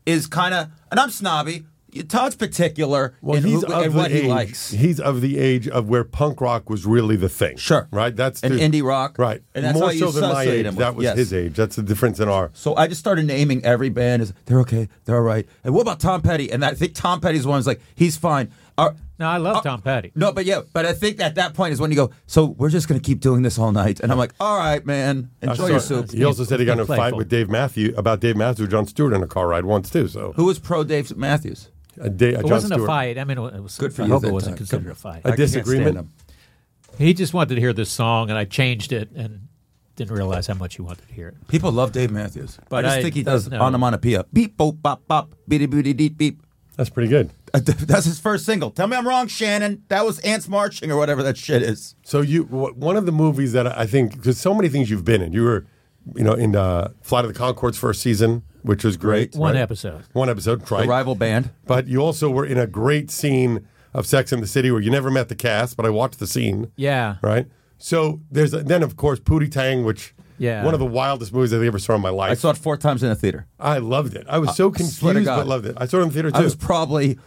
Speaker 6: is kind of, and I'm snobby. Todd's particular in who- in what
Speaker 3: age.
Speaker 6: he likes.
Speaker 3: He's of the age of where punk rock was really the thing.
Speaker 6: Sure.
Speaker 3: right. That's
Speaker 6: And
Speaker 3: the-
Speaker 6: indie rock.
Speaker 3: Right,
Speaker 6: And that's
Speaker 3: more
Speaker 6: how you
Speaker 3: so than my
Speaker 6: associate
Speaker 3: age.
Speaker 6: him with-
Speaker 3: That was
Speaker 6: yes.
Speaker 3: his age. That's the difference in our.
Speaker 6: So I just started naming every band as they're okay, they're all right. And what about Tom Petty? And I think Tom Petty's one is like he's fine. Our-
Speaker 5: No, I love
Speaker 6: our-
Speaker 5: Tom Petty.
Speaker 6: Uh, No, but yeah, but I think at that point is when you go. So we're just gonna keep doing this all night, and I'm like, all right, man, enjoy your
Speaker 3: So
Speaker 6: soup.
Speaker 3: he also said he got in a
Speaker 5: Playful.
Speaker 3: fight with Dave Matthew about Dave Matthews, John Stewart in a car ride once too. So
Speaker 6: Who was pro Dave Matthews?
Speaker 3: a da- a
Speaker 5: It
Speaker 3: John
Speaker 5: wasn't a
Speaker 3: Stewart-
Speaker 5: fight. I mean, it wa- it was
Speaker 6: Good for
Speaker 5: I
Speaker 6: you
Speaker 5: Hope
Speaker 6: that
Speaker 5: it wasn't
Speaker 6: time.
Speaker 5: considered a fight.
Speaker 3: A
Speaker 6: I can't
Speaker 3: disagreement?
Speaker 6: stand him.
Speaker 5: he just wanted to hear this song, and I changed it and didn't realize how much he wanted to hear it.
Speaker 6: People love Dave Matthews,
Speaker 5: But
Speaker 6: I just
Speaker 5: I-
Speaker 6: think he does
Speaker 5: no.
Speaker 6: onomatopoeia. Beep boop bop bop, beady booty deep beep.
Speaker 3: That's pretty good.
Speaker 6: That's his first single. Tell me I'm wrong, Shannon. That was Ants Marching or whatever that shit is.
Speaker 3: So you, w- one of the movies that I think, because so many things you've been in, you were, you know, in uh, Flight of the Concords first season, which was great.
Speaker 5: One
Speaker 3: right?
Speaker 5: episode.
Speaker 3: One episode,
Speaker 6: The
Speaker 3: right.
Speaker 6: rival band.
Speaker 3: But you also were in a great scene of Sex in the City where you never met the cast, but I watched the scene.
Speaker 5: Yeah.
Speaker 3: Right? So there's, a, then of course, Pootie Tang, which
Speaker 5: Yeah.
Speaker 3: one of the wildest movies I ever saw in my life.
Speaker 6: I saw it four times in the theater.
Speaker 3: I loved it. I was so
Speaker 6: swear to
Speaker 3: confused, but
Speaker 6: God.
Speaker 3: loved it. I saw it in the theater too.
Speaker 6: I was probably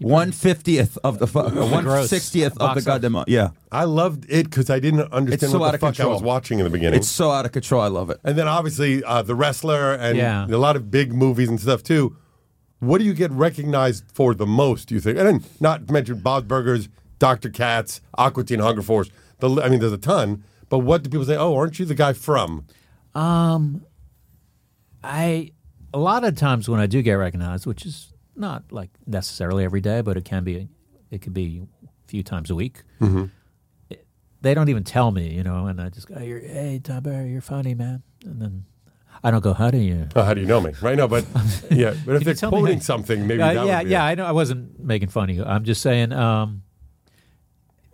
Speaker 6: one fiftieth of the one
Speaker 5: Gross.
Speaker 6: sixtieth of the
Speaker 5: Box
Speaker 6: goddamn. Yeah,
Speaker 3: I loved it because I didn't understand
Speaker 6: so
Speaker 3: what
Speaker 6: out
Speaker 3: the
Speaker 6: of
Speaker 3: fuck I
Speaker 6: control.
Speaker 3: was watching in the beginning.
Speaker 6: it's so out of control. I love it.
Speaker 3: And then obviously uh, the wrestler and
Speaker 5: Yeah.
Speaker 3: a lot of big movies and stuff too. What do you get recognized for the most? Do you think? And then not to mention Bob's Burgers, Doctor Katz, Aqua Teen Hunger Force. The li- I mean, there's a ton. But what do people say? Oh, aren't you the guy from?
Speaker 5: I a lot of times when I do get recognized, which is not like necessarily every day, but it can be. It could be a few times a week.
Speaker 3: Mm-hmm.
Speaker 5: It- they don't even tell me, you know, and I just go, "You're hey Tom Barry, you're funny, man," and then I don't go, "How do you?"
Speaker 3: Oh, how do you know me? Right? No, but yeah. But if
Speaker 5: you
Speaker 3: they're
Speaker 5: tell me how-
Speaker 3: quoting something, maybe
Speaker 5: Uh,
Speaker 3: that
Speaker 5: yeah,
Speaker 3: would be
Speaker 5: yeah.
Speaker 3: it.
Speaker 5: I know. I wasn't making fun of you. I'm just saying, um,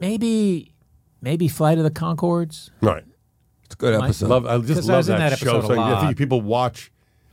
Speaker 5: maybe, maybe Flight of the Concords.
Speaker 3: All right.
Speaker 6: It's a good episode.
Speaker 3: Love. I just
Speaker 5: 'Cause I
Speaker 3: love
Speaker 5: was in
Speaker 3: that,
Speaker 5: that
Speaker 3: show.
Speaker 5: episode a
Speaker 3: So I think
Speaker 5: lot.
Speaker 3: people watch.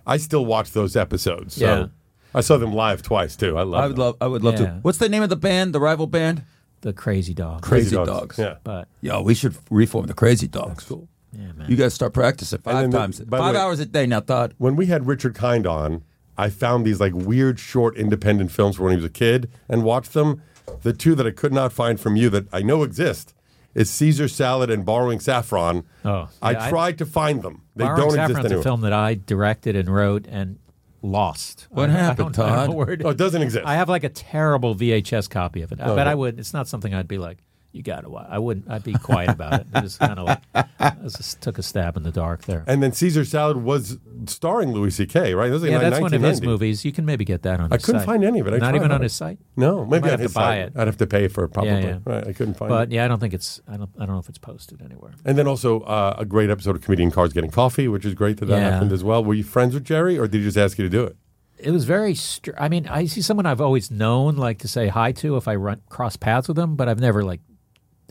Speaker 3: I still watch those episodes. So
Speaker 5: Yeah.
Speaker 3: I saw them live twice too. I love.
Speaker 6: I would
Speaker 3: them.
Speaker 6: love. I would love
Speaker 5: Yeah.
Speaker 6: to. What's the name of the band? The rival band?
Speaker 5: The Crazy Dog.
Speaker 6: Crazy Dogs.
Speaker 3: Yeah.
Speaker 5: But
Speaker 6: Yo, we should reform the Crazy Dogs.
Speaker 5: yeah, man.
Speaker 6: You guys start practicing
Speaker 3: then
Speaker 6: five
Speaker 3: the-
Speaker 6: times,
Speaker 3: by the
Speaker 6: five
Speaker 3: way-
Speaker 6: hours a day. Now, Todd.
Speaker 3: when we had Richard Kind on, I found these like weird short independent films from when he was a kid and watched them. The two that I could not find from you that I know exist is Caesar Salad and Borrowing Saffron.
Speaker 5: Oh,
Speaker 3: I
Speaker 5: yeah, I-
Speaker 3: tried to find them. They
Speaker 5: Borrowing
Speaker 3: don't
Speaker 5: Saffron's
Speaker 3: exist
Speaker 5: a
Speaker 3: anywhere.
Speaker 5: film that I directed and wrote and lost.
Speaker 6: What
Speaker 5: I- I
Speaker 6: happened,
Speaker 5: don't- I don't
Speaker 6: Todd?
Speaker 5: know where it
Speaker 3: Oh,
Speaker 5: is.
Speaker 3: it doesn't exist.
Speaker 5: I have like a terrible VHS copy of it, but I would. It's not something I'd be like. you got to watch. I wouldn't. I'd be quiet about it. It was kind of like I just took a stab in the dark there.
Speaker 3: And then Caesar Salad was starring Louis C.K. Right? That was like
Speaker 5: yeah,
Speaker 3: like
Speaker 5: that's one of his
Speaker 3: 1990.
Speaker 5: movies. You can maybe get that on.
Speaker 3: I
Speaker 5: his
Speaker 3: couldn't
Speaker 5: site.
Speaker 3: find any of it. I
Speaker 5: Not
Speaker 3: tried
Speaker 5: even on
Speaker 3: it.
Speaker 5: his site.
Speaker 3: No, maybe
Speaker 5: Might
Speaker 3: on
Speaker 5: have to
Speaker 3: his
Speaker 5: buy
Speaker 3: site.
Speaker 5: it.
Speaker 3: I'd have to pay for it probably.
Speaker 5: yeah.
Speaker 3: Right, I couldn't find it.
Speaker 5: But yeah, I don't think it's. I don't. I don't know if it's posted anywhere.
Speaker 3: And then also uh, a great episode of Comedian Cards Getting Coffee, which is great that that
Speaker 5: Yeah.
Speaker 3: happened as well. Were you friends with Jerry, or did he just ask you to do it?
Speaker 5: It was very. Str- I mean, I see someone I've always known, like to say hi to if I run cross paths with them, but I've never like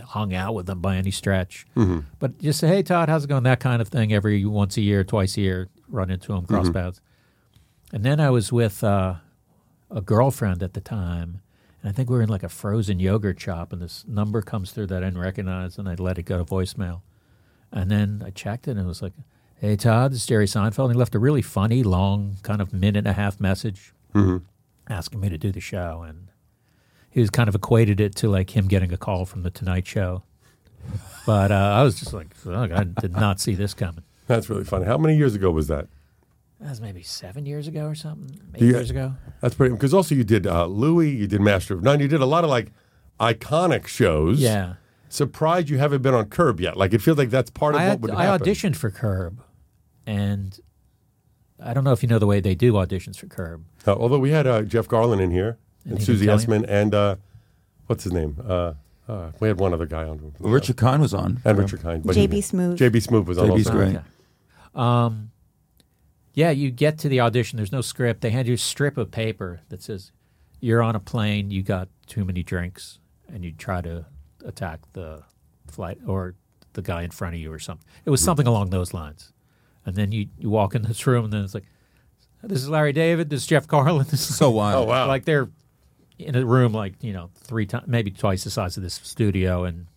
Speaker 5: hung out with them by any stretch. But just say, hey, Todd, how's it going? That kind of thing. Every once a year, twice a year, run into them, cross paths. And then I was with uh, a girlfriend at the time. And I think we were in like a frozen yogurt shop, and this number comes through that I didn't recognize, and I let it go to voicemail. And then I checked it, and it was like, hey, Todd, this is Jerry Seinfeld. And he left a really funny, long, kind of minute and a half message
Speaker 3: Mm-hmm.
Speaker 5: asking me to do the show. And he was kind of equated it to like him getting a call from The Tonight Show. But uh, I was just like, "Fuck, I did not see this coming.
Speaker 3: That's really funny. How many years ago was that?
Speaker 5: That was maybe seven years ago or something, eight
Speaker 3: Do you-
Speaker 5: years ago.
Speaker 3: That's pretty. Because also you did uh, Louis, you did Master of None, you did a lot of like iconic shows.
Speaker 5: Yeah.
Speaker 3: Surprised you haven't been on Curb yet. Like it feels like that's part of
Speaker 5: I,
Speaker 3: what
Speaker 5: aud-
Speaker 3: would
Speaker 5: I
Speaker 3: happen.
Speaker 5: auditioned for Curb, and I don't know if you know the way they do auditions for Curb.
Speaker 3: Uh, although we had uh, Jeff Garland in here and,
Speaker 5: he
Speaker 3: Susie
Speaker 5: didn't tell
Speaker 3: Essman and uh, what's his name? Uh, uh, we had one other guy on. Uh,
Speaker 6: Richard Kahn was on.
Speaker 3: and Richard Kind. but-
Speaker 8: JB Smoove.
Speaker 3: JB Smoove was on.
Speaker 6: JB
Speaker 3: also.
Speaker 6: Smoove. Right.
Speaker 5: Okay. Um, yeah, you get to the audition. There's no script. They hand you a strip of paper that says, "You're on a plane. You got too many drinks, and you try to attack the flight or the guy in front of you or something." It was something along those lines. And then you, you walk in this room, and then it's like, "This is Larry David. This is Jeff Carlin. This is
Speaker 6: So wild.
Speaker 3: Oh wow!
Speaker 5: Like they're in a room like you know three times, maybe twice the size of this studio, and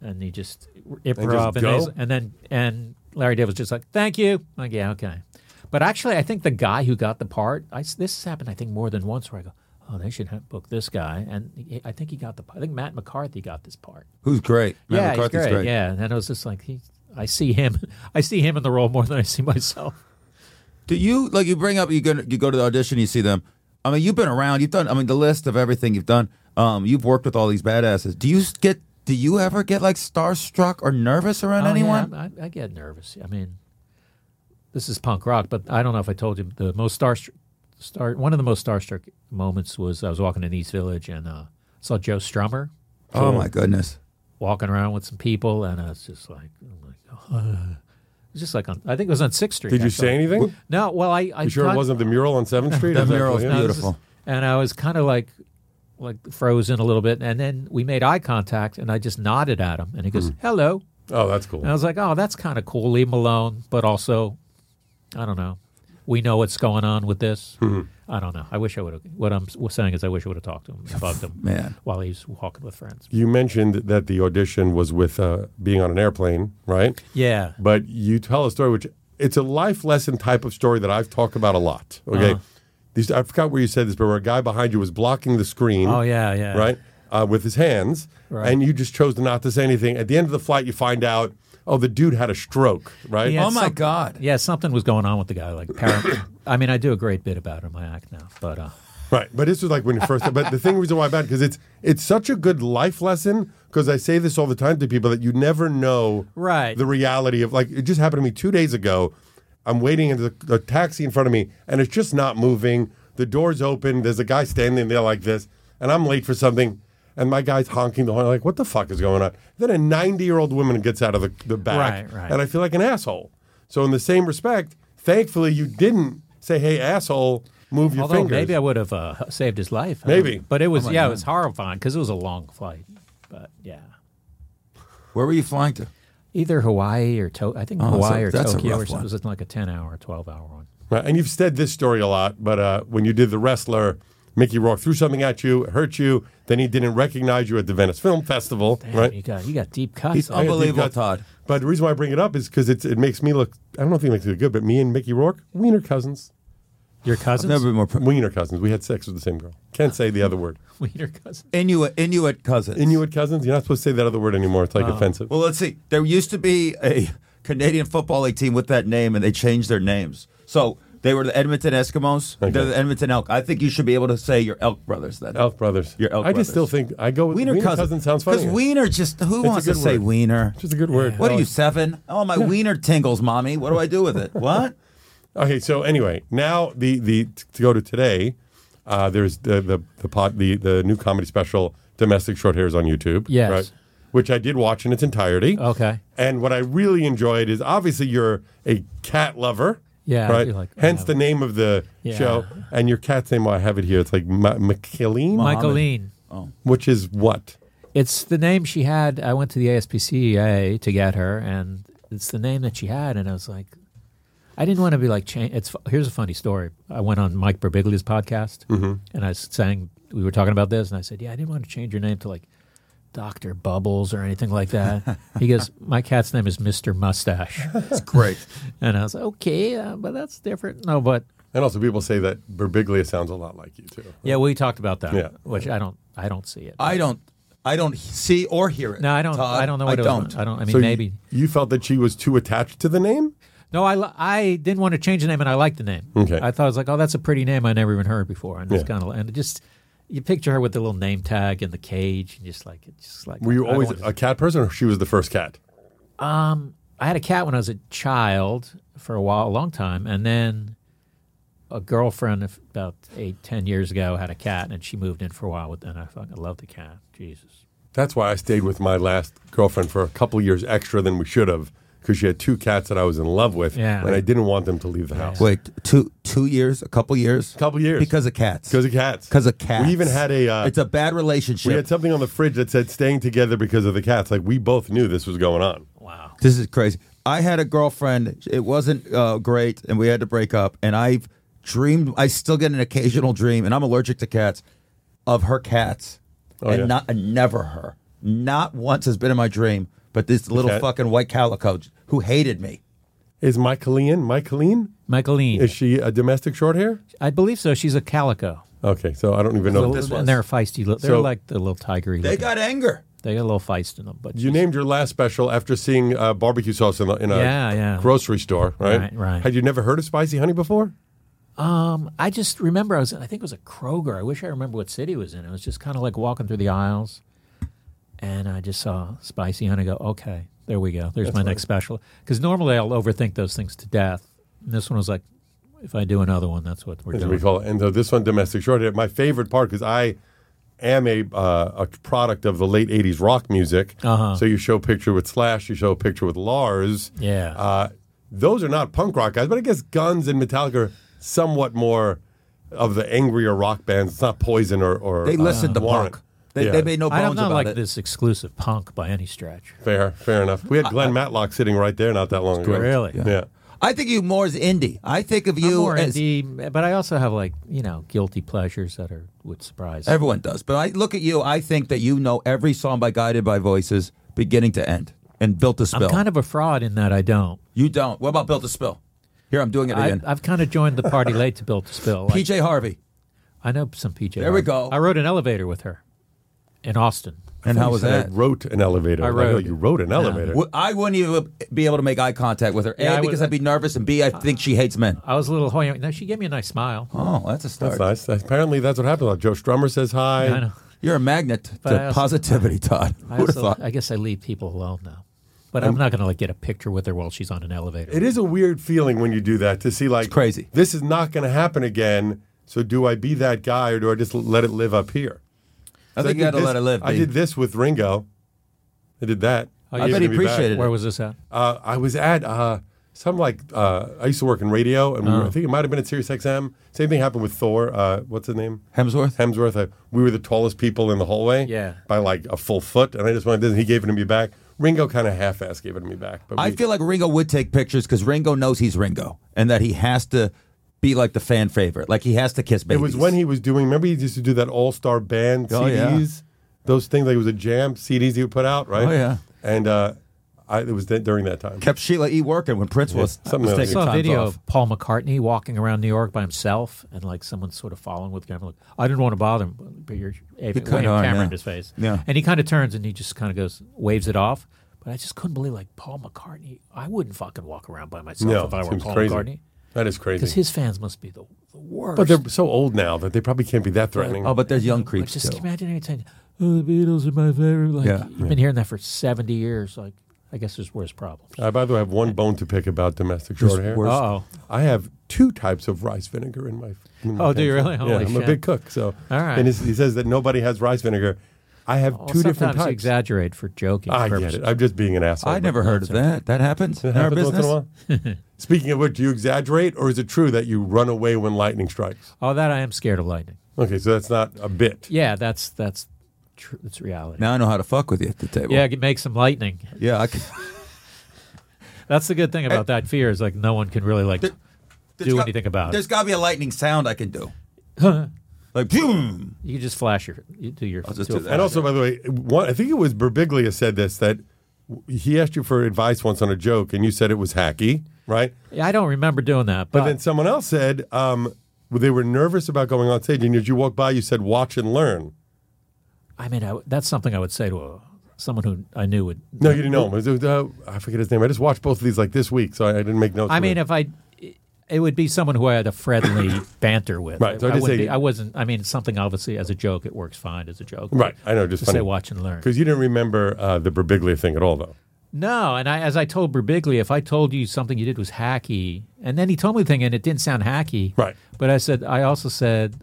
Speaker 5: and he just improv and,
Speaker 3: go?
Speaker 5: he's- and then and Larry David was just like, "Thank you." Like, yeah, okay. But actually, I think the guy who got the part, I s this has happened, I think, more than once, where I go, "Oh, they should have booked this guy," and he, I think he got the. part. I think Matt McCarthy got this part.
Speaker 6: Who's great? Matt
Speaker 5: yeah, he's
Speaker 6: McCarthy's
Speaker 5: great. Yeah, and then I was just like, he, I see him, I see him in the role more than I see myself.
Speaker 6: Do you like you bring up you go you go to the audition you see them? I mean you've been around you've done I mean the list of everything you've done. Um, you've worked with all these badasses. Do you s- get do you ever get like starstruck or nervous around
Speaker 5: Oh, yeah,
Speaker 6: anyone?
Speaker 5: I'm- I, I get nervous. I mean, this is punk rock, but I don't know if I told you the most starstruck. Star, one of the most starstruck moments was I was walking in East Village and uh, saw Joe Strummer
Speaker 6: Oh my goodness!
Speaker 5: walking around with some people, and I was just like, I'm like, "Ugh." It was just like on, I think it was on Sixth Street.
Speaker 3: Did you
Speaker 5: actually.
Speaker 3: say anything?
Speaker 5: No. Well, I, I
Speaker 3: You sure it
Speaker 5: talked-
Speaker 3: wasn't the mural on Seventh Street?
Speaker 6: That
Speaker 3: Is
Speaker 6: mural
Speaker 3: what
Speaker 6: is
Speaker 3: it
Speaker 5: no,
Speaker 3: is?
Speaker 5: this is-
Speaker 6: beautiful.
Speaker 5: and I was kind of like, like frozen a little bit, and then we made eye contact, and I just nodded at him, and he goes, "Hello."
Speaker 3: Oh, that's cool.
Speaker 5: And I was like, oh, that's kind of cool. Leave him alone. But also, I don't know. We know what's going on with this.
Speaker 3: Mm-hmm.
Speaker 5: I don't know. I wish I would have. What I'm s- saying is, I wish I would have talked to him and bugged him
Speaker 6: Man.
Speaker 5: while he's walking with friends.
Speaker 3: You mentioned that the audition was with uh, being on an airplane, right?
Speaker 5: Yeah.
Speaker 3: But you tell a story which it's a life lesson type of story that I've talked about a lot.
Speaker 5: Uh-huh.
Speaker 3: Okay, these I forgot where you said this, but where a guy behind you was blocking the screen.
Speaker 5: Oh, yeah, yeah.
Speaker 3: right, uh, with his hands,
Speaker 5: Right.
Speaker 3: and you just chose not to say anything. At the end of the flight, you find out, oh, the dude had a stroke, right?
Speaker 5: Yeah,
Speaker 6: oh my
Speaker 5: some-
Speaker 6: god!
Speaker 5: Yeah, something was going on with the guy. Like, para- I mean, I do a great bit about it in my act now, but uh,
Speaker 3: Right, but this was like when you first. But the thing reason why bad because it's it's such a good life lesson because I say this all the time to people that you never know
Speaker 5: Right.
Speaker 3: the reality of like it just happened to me two days ago. I'm waiting in the, the taxi in front of me and it's just not moving. The door's open. There's a guy standing there like this, and I'm late for something. And my guy's honking the horn like, "What the fuck is going on?" Then a 90 year old woman gets out of the the back,
Speaker 5: Right, right.
Speaker 3: and I feel like an asshole. So in the same respect, thankfully you didn't say, "Hey, asshole." Move your
Speaker 5: although
Speaker 3: fingers.
Speaker 5: maybe I would have uh, saved his life. I
Speaker 3: Maybe.
Speaker 5: don't know. but it was
Speaker 6: Oh my
Speaker 5: yeah,
Speaker 6: God.
Speaker 5: it was horrifying because it was a long flight. But yeah,
Speaker 6: Where were you flying to?
Speaker 5: either Hawaii or to- I think
Speaker 6: Oh, that's a-
Speaker 5: Hawaii or
Speaker 6: that's a
Speaker 5: Tokyo
Speaker 6: rough
Speaker 5: or something.
Speaker 6: one.
Speaker 5: It was like a ten hour, twelve hour one.
Speaker 3: Right, and you've said this story a lot, but uh, when you did The Wrestler, Mickey Rourke threw something at you, it hurt you, then he didn't recognize you at the Venice Film Festival,
Speaker 5: Damn,
Speaker 3: right?
Speaker 5: you got you got deep cuts.
Speaker 6: He's
Speaker 5: on it.
Speaker 6: unbelievable,
Speaker 3: got-
Speaker 6: Todd.
Speaker 3: But the reason why I bring it up is because it makes me look, I don't know if it makes me look good, but me and Mickey Rourke, wiener cousins.
Speaker 5: Your
Speaker 6: I've
Speaker 5: cousins?
Speaker 6: never been more pr-
Speaker 3: Wiener cousins. We had sex with the same girl. Can't say the other word.
Speaker 5: Wiener cousin.
Speaker 6: Inuit Inuit cousins.
Speaker 3: Inuit cousins, you're not supposed to say that other word anymore. It's like offensive.
Speaker 6: Uh-huh. Well, let's see. There used to be a Canadian Football League team with that name, and they changed their names. So They were the Edmonton Eskimos. They're the Edmonton Elk. I think you should be able to say your Elk brothers then.
Speaker 3: Elf Brothers.
Speaker 6: Your Elk
Speaker 3: I just still
Speaker 6: Brothers.
Speaker 3: think I go with
Speaker 6: Wiener, cousin.
Speaker 3: sounds funny.
Speaker 6: Because wiener just who
Speaker 3: a
Speaker 6: wants to
Speaker 3: good
Speaker 6: say
Speaker 3: word.
Speaker 6: wiener?
Speaker 3: Just a good word.
Speaker 6: What are
Speaker 3: Alex.
Speaker 6: you seven? Oh my wiener tingles, mommy. What do I do with it? What?
Speaker 3: Okay, so anyway, now the the to go to today, uh, there's the the the, pod, the the new comedy special Domestic Short Hairs on YouTube.
Speaker 5: Yes.
Speaker 3: Which I did watch in its entirety.
Speaker 5: Okay.
Speaker 3: And what I really enjoyed is obviously you're a cat lover.
Speaker 5: Yeah, I
Speaker 3: Right.
Speaker 5: do like- I
Speaker 3: Hence
Speaker 5: love
Speaker 3: the name of the
Speaker 5: Yeah.
Speaker 3: show. And your cat's name, well, I have it here. It's like Ma- McKilleen,
Speaker 5: Michaeline.
Speaker 3: which is what?
Speaker 5: It's the name she had. I went to the ASPCA to get her, and it's the name that she had. And I was like, I didn't want to be like, cha- it's fu- here's a funny story. I went on Mike Birbiglia's podcast, and I was saying, we were talking about this, and I said, yeah, I didn't want to change your name to like Dr. Bubbles or anything like that. he goes, my cat's name is Mr. Mustache.
Speaker 6: It's great.
Speaker 5: And I was like, okay, uh, but that's different. No, but
Speaker 3: And also people say that Berbiglia sounds a lot like you too.
Speaker 5: yeah, we talked about that,
Speaker 3: Yeah.
Speaker 5: which I don't, I don't see it.
Speaker 6: I don't. I don't see or hear it.
Speaker 5: no, I don't.
Speaker 6: Todd.
Speaker 5: I don't know what
Speaker 6: I
Speaker 5: it
Speaker 6: don't.
Speaker 5: was. I don't. I mean,
Speaker 3: So you-
Speaker 5: maybe.
Speaker 3: you felt that she was too attached to the name?
Speaker 5: No, I, li- I didn't want to change the name, and I liked the name.
Speaker 3: Okay.
Speaker 5: I thought I was like, oh, that's a pretty name I never even heard before, and it's
Speaker 3: Yeah.
Speaker 5: kind of and it just you picture her with the little name tag and the cage, and just like it's just like
Speaker 3: Were you
Speaker 5: I don't
Speaker 3: always
Speaker 5: want to-
Speaker 3: a cat person, or she was the first cat?
Speaker 5: I had a cat when I was a child for a while, a long time, and then a girlfriend of about eight, ten years ago had a cat, and she moved in for a while with, and I fucking love the cat. Jesus.
Speaker 3: That's why I stayed with my last girlfriend for a couple years extra than we should have, because she had two cats that I was in love with,
Speaker 5: Yeah.
Speaker 3: and I didn't want them to leave the house.
Speaker 6: Wait, two two years, a couple years,
Speaker 3: Couple years.
Speaker 6: because of cats,
Speaker 3: Because of cats.
Speaker 6: because of cats.
Speaker 3: We even had a. Uh,
Speaker 6: it's a bad relationship.
Speaker 3: we had something on the fridge that said staying together because of the cats. Like we both knew this was going on.
Speaker 5: Wow.
Speaker 6: This is crazy. I had a girlfriend. It wasn't uh, great, and we had to break up. And I've dreamed. I still get an occasional dream, and I'm allergic to cats. Of her cats, and
Speaker 3: Oh, yeah.
Speaker 6: not and never her. Not once has been in my dream. But this little
Speaker 3: cat?
Speaker 6: fucking white calico who hated me.
Speaker 3: Is Michaeline? Michaeline?
Speaker 5: Michaeline.
Speaker 3: Is she a domestic short hair?
Speaker 5: I believe so. She's a calico.
Speaker 3: Okay, so I don't even know.
Speaker 5: Little-
Speaker 3: Oh, this
Speaker 5: and they're feisty. li- They're
Speaker 3: So-
Speaker 5: like the little tigery.
Speaker 6: They
Speaker 5: looking-
Speaker 6: got anger.
Speaker 5: they got a little feist in them. But
Speaker 3: You named your last special after seeing uh, barbecue sauce in, the, in a
Speaker 5: Yeah, yeah.
Speaker 3: grocery store, right?
Speaker 5: Right, right.
Speaker 3: Had you never heard of spicy honey before?
Speaker 5: I just remember I was I think it was a Kroger. I wish I remember what city it was in. It was just kind of like walking through the aisles, and I just saw spicy honey. I Go okay, there we go. There's my next special. Because normally I'll overthink those things to death. And this one was like, if I do another one, that's what we're
Speaker 3: as
Speaker 5: doing.
Speaker 3: we call it. And so this one, domestic short hair. My favorite part because I am a uh, a product of the late '80s rock music.
Speaker 5: Uh-huh.
Speaker 3: So you show a picture with Slash, you show a picture with Lars.
Speaker 5: Yeah.
Speaker 3: Uh, those are not punk rock guys, but I guess Guns and Metallica are somewhat more of the angrier rock bands. It's not Poison or, or
Speaker 6: They
Speaker 3: uh,
Speaker 6: listened to
Speaker 3: Warrant.
Speaker 6: punk. They,
Speaker 3: Yeah.
Speaker 6: they made no bones
Speaker 5: I'm not
Speaker 6: about
Speaker 5: like
Speaker 6: it.
Speaker 5: this exclusive punk by any stretch.
Speaker 3: Fair, fair enough. We had Glenn Matlock sitting right there not that long ago.
Speaker 5: Really?
Speaker 3: Yeah.
Speaker 6: I think you more as indie. I think of
Speaker 5: I'm
Speaker 6: you
Speaker 5: more
Speaker 6: as
Speaker 5: indie, but I also have like you know guilty pleasures that are would surprise.
Speaker 6: Everyone does. But I look at you, I think that you know every song by Guided by Voices, beginning to end, and Built to Spill.
Speaker 5: I'm kind of a fraud in that I don't.
Speaker 6: you don't. What about Built to Spill? Here, I'm doing it
Speaker 5: I,
Speaker 6: again.
Speaker 5: I've kind of joined the party late to build to spill. Like,
Speaker 6: PJ Harvey.
Speaker 5: I know some PJ.
Speaker 6: There we
Speaker 5: Harvey.
Speaker 6: go.
Speaker 5: I rode an elevator with her in Austin.
Speaker 6: And how was
Speaker 3: And
Speaker 6: that?
Speaker 3: I wrote an elevator.
Speaker 5: I
Speaker 3: And go,
Speaker 5: rode.
Speaker 3: You wrote an elevator.
Speaker 6: W- I wouldn't even be able to make eye contact with her. A,
Speaker 5: Yeah, I
Speaker 6: because
Speaker 5: would-
Speaker 6: I'd be nervous, and B, I think she hates men.
Speaker 5: I was a little hoy. No, she gave me a nice smile.
Speaker 6: Oh, that's a start.
Speaker 3: That's nice. Apparently, that's what happened. Like, Joe Strummer says hi.
Speaker 5: I know.
Speaker 6: You're a magnet
Speaker 5: But I
Speaker 6: to
Speaker 5: also-
Speaker 6: positivity, Todd.
Speaker 5: I,
Speaker 6: Who'd have
Speaker 5: also,
Speaker 6: thought?
Speaker 5: I guess I leave people alone now, but I'm, not going to like get a picture with her while she's on an elevator.
Speaker 3: It is a weird feeling when you do that to see like
Speaker 6: crazy.
Speaker 3: This is not going to happen again. So do I be that guy or do I just l- let it live up here?
Speaker 6: I
Speaker 3: So
Speaker 6: think you
Speaker 3: did
Speaker 6: got to
Speaker 3: this-
Speaker 6: let her live.
Speaker 3: I
Speaker 6: B.
Speaker 3: did this with Ringo. I did that.
Speaker 6: I Oh, bet he appreciated
Speaker 5: Where
Speaker 6: it.
Speaker 5: was this at?
Speaker 3: Uh, I was at uh, some like uh, I used to work in radio, and we
Speaker 6: Oh.
Speaker 3: were, I think it might have been at Sirius XM. Same thing happened with Thor. Uh, what's his name?
Speaker 6: Hemsworth?
Speaker 3: Hemsworth. I, we were the tallest people in the hallway.
Speaker 5: Yeah.
Speaker 3: by like a full foot, and I just wanted this. And he gave it to me back. Ringo kind of half-ass gave it to me back. But
Speaker 6: I
Speaker 3: we-
Speaker 6: feel like Ringo would take pictures because Ringo knows he's Ringo and that he has to be like the fan favorite. Like he has to kiss
Speaker 3: It
Speaker 6: babies.
Speaker 3: was when he was doing. Remember, he used to do that All Star Band
Speaker 6: Oh, yeah.
Speaker 3: CDs, those things. Like it was a jam CDs he would put out, right?
Speaker 6: Oh, yeah.
Speaker 3: And uh, I, it was th- during that time.
Speaker 6: kept Sheila E. working when Prince was,
Speaker 3: something
Speaker 6: was
Speaker 3: like
Speaker 5: I
Speaker 6: taking
Speaker 5: saw a
Speaker 6: times
Speaker 5: video
Speaker 6: off.
Speaker 5: of Paul McCartney walking around New York by himself, and like someone sort of following with camera. Like, I didn't want to bother him, but but you're waving
Speaker 6: kinda
Speaker 5: waving
Speaker 6: are,
Speaker 5: camera
Speaker 6: yeah.
Speaker 5: in his face.
Speaker 6: Yeah.
Speaker 5: and he kind of turns and he just kind of goes, waves it off. But I just couldn't believe like Paul McCartney. I wouldn't fucking walk around by myself
Speaker 3: No,
Speaker 5: if I were
Speaker 3: seems
Speaker 5: Paul
Speaker 3: crazy.
Speaker 5: McCartney.
Speaker 3: That is crazy.
Speaker 5: because his fans must be the, the worst.
Speaker 3: but they're so old now that they probably can't be that threatening.
Speaker 6: Oh, but there's young
Speaker 5: But
Speaker 6: creeps
Speaker 5: just
Speaker 6: too.
Speaker 5: imagine every time. Oh, the Beatles are my favorite. Like,
Speaker 6: Yeah.
Speaker 5: you've been hearing that for seventy years. Like, I guess there's worse problems.
Speaker 3: I, by the way, have one bone to pick about domestic short hair.
Speaker 6: worse.
Speaker 5: Uh-oh.
Speaker 3: I have two types of rice vinegar in my. in my
Speaker 5: Oh, do you
Speaker 3: pantry.
Speaker 5: really? Holy
Speaker 3: yeah, I'm a
Speaker 5: shit.
Speaker 3: big cook, so.
Speaker 5: All right.
Speaker 3: And it's- he says that nobody has rice vinegar. I have
Speaker 5: Well,
Speaker 3: two different
Speaker 5: sometimes you
Speaker 3: types.
Speaker 5: exaggerate for joking.
Speaker 3: I get
Speaker 5: purposes.
Speaker 3: it. I'm just being an asshole.
Speaker 6: I
Speaker 3: but
Speaker 6: never heard of that. That happens
Speaker 3: It
Speaker 6: in our
Speaker 3: happens once in
Speaker 6: business.
Speaker 3: a while. Speaking of which, do you exaggerate, or is it true that you run away when lightning strikes?
Speaker 5: Oh, that I am scared of lightning.
Speaker 3: Okay, so that's not a bit.
Speaker 5: Yeah, that's that's true. It's reality.
Speaker 6: Now I know how to fuck with you at the table.
Speaker 5: Yeah, I can make some lightning.
Speaker 6: yeah. I can-
Speaker 5: That's the good thing about that fear is like no one can really like do
Speaker 6: got-
Speaker 5: anything about
Speaker 6: There's
Speaker 5: it.
Speaker 6: got to be a lightning sound I can do. like boom.
Speaker 5: You just flash your you do your.
Speaker 6: I'll just
Speaker 5: do a
Speaker 6: do that.
Speaker 3: And also, by the way, one, I think it was Berbiglia said this that w- he asked you for advice once on a joke, and you said it was hacky, right?
Speaker 5: flash. I don't remember doing that, but,
Speaker 3: But then someone else said um, they were nervous about going on stage, and as you walked by, you said, "Watch and learn."
Speaker 5: I mean, I w that's something I would say to a, someone who I knew would.
Speaker 3: No, you didn't know him. It was, uh, I forget his name. I just watched both of these like this week, so I, I didn't make notes.
Speaker 5: I
Speaker 3: for
Speaker 5: mean,
Speaker 3: it.
Speaker 5: if I, it would be someone who I had a friendly banter with.
Speaker 3: Right, so I
Speaker 5: I,
Speaker 3: just
Speaker 5: wouldn't
Speaker 3: say-
Speaker 5: be- I wasn't. I mean, it's something obviously as a joke, it works fine as a joke.
Speaker 3: right, I know, just
Speaker 5: To say
Speaker 3: funny
Speaker 5: watch and learn.
Speaker 3: because you didn't remember uh, the Berbiglia thing at all, though.
Speaker 5: No, and I, as I told Berbiglia, if I told you something you did was hacky, and then he told me the thing, and it didn't sound hacky.
Speaker 3: Right.
Speaker 5: But I said, I also said,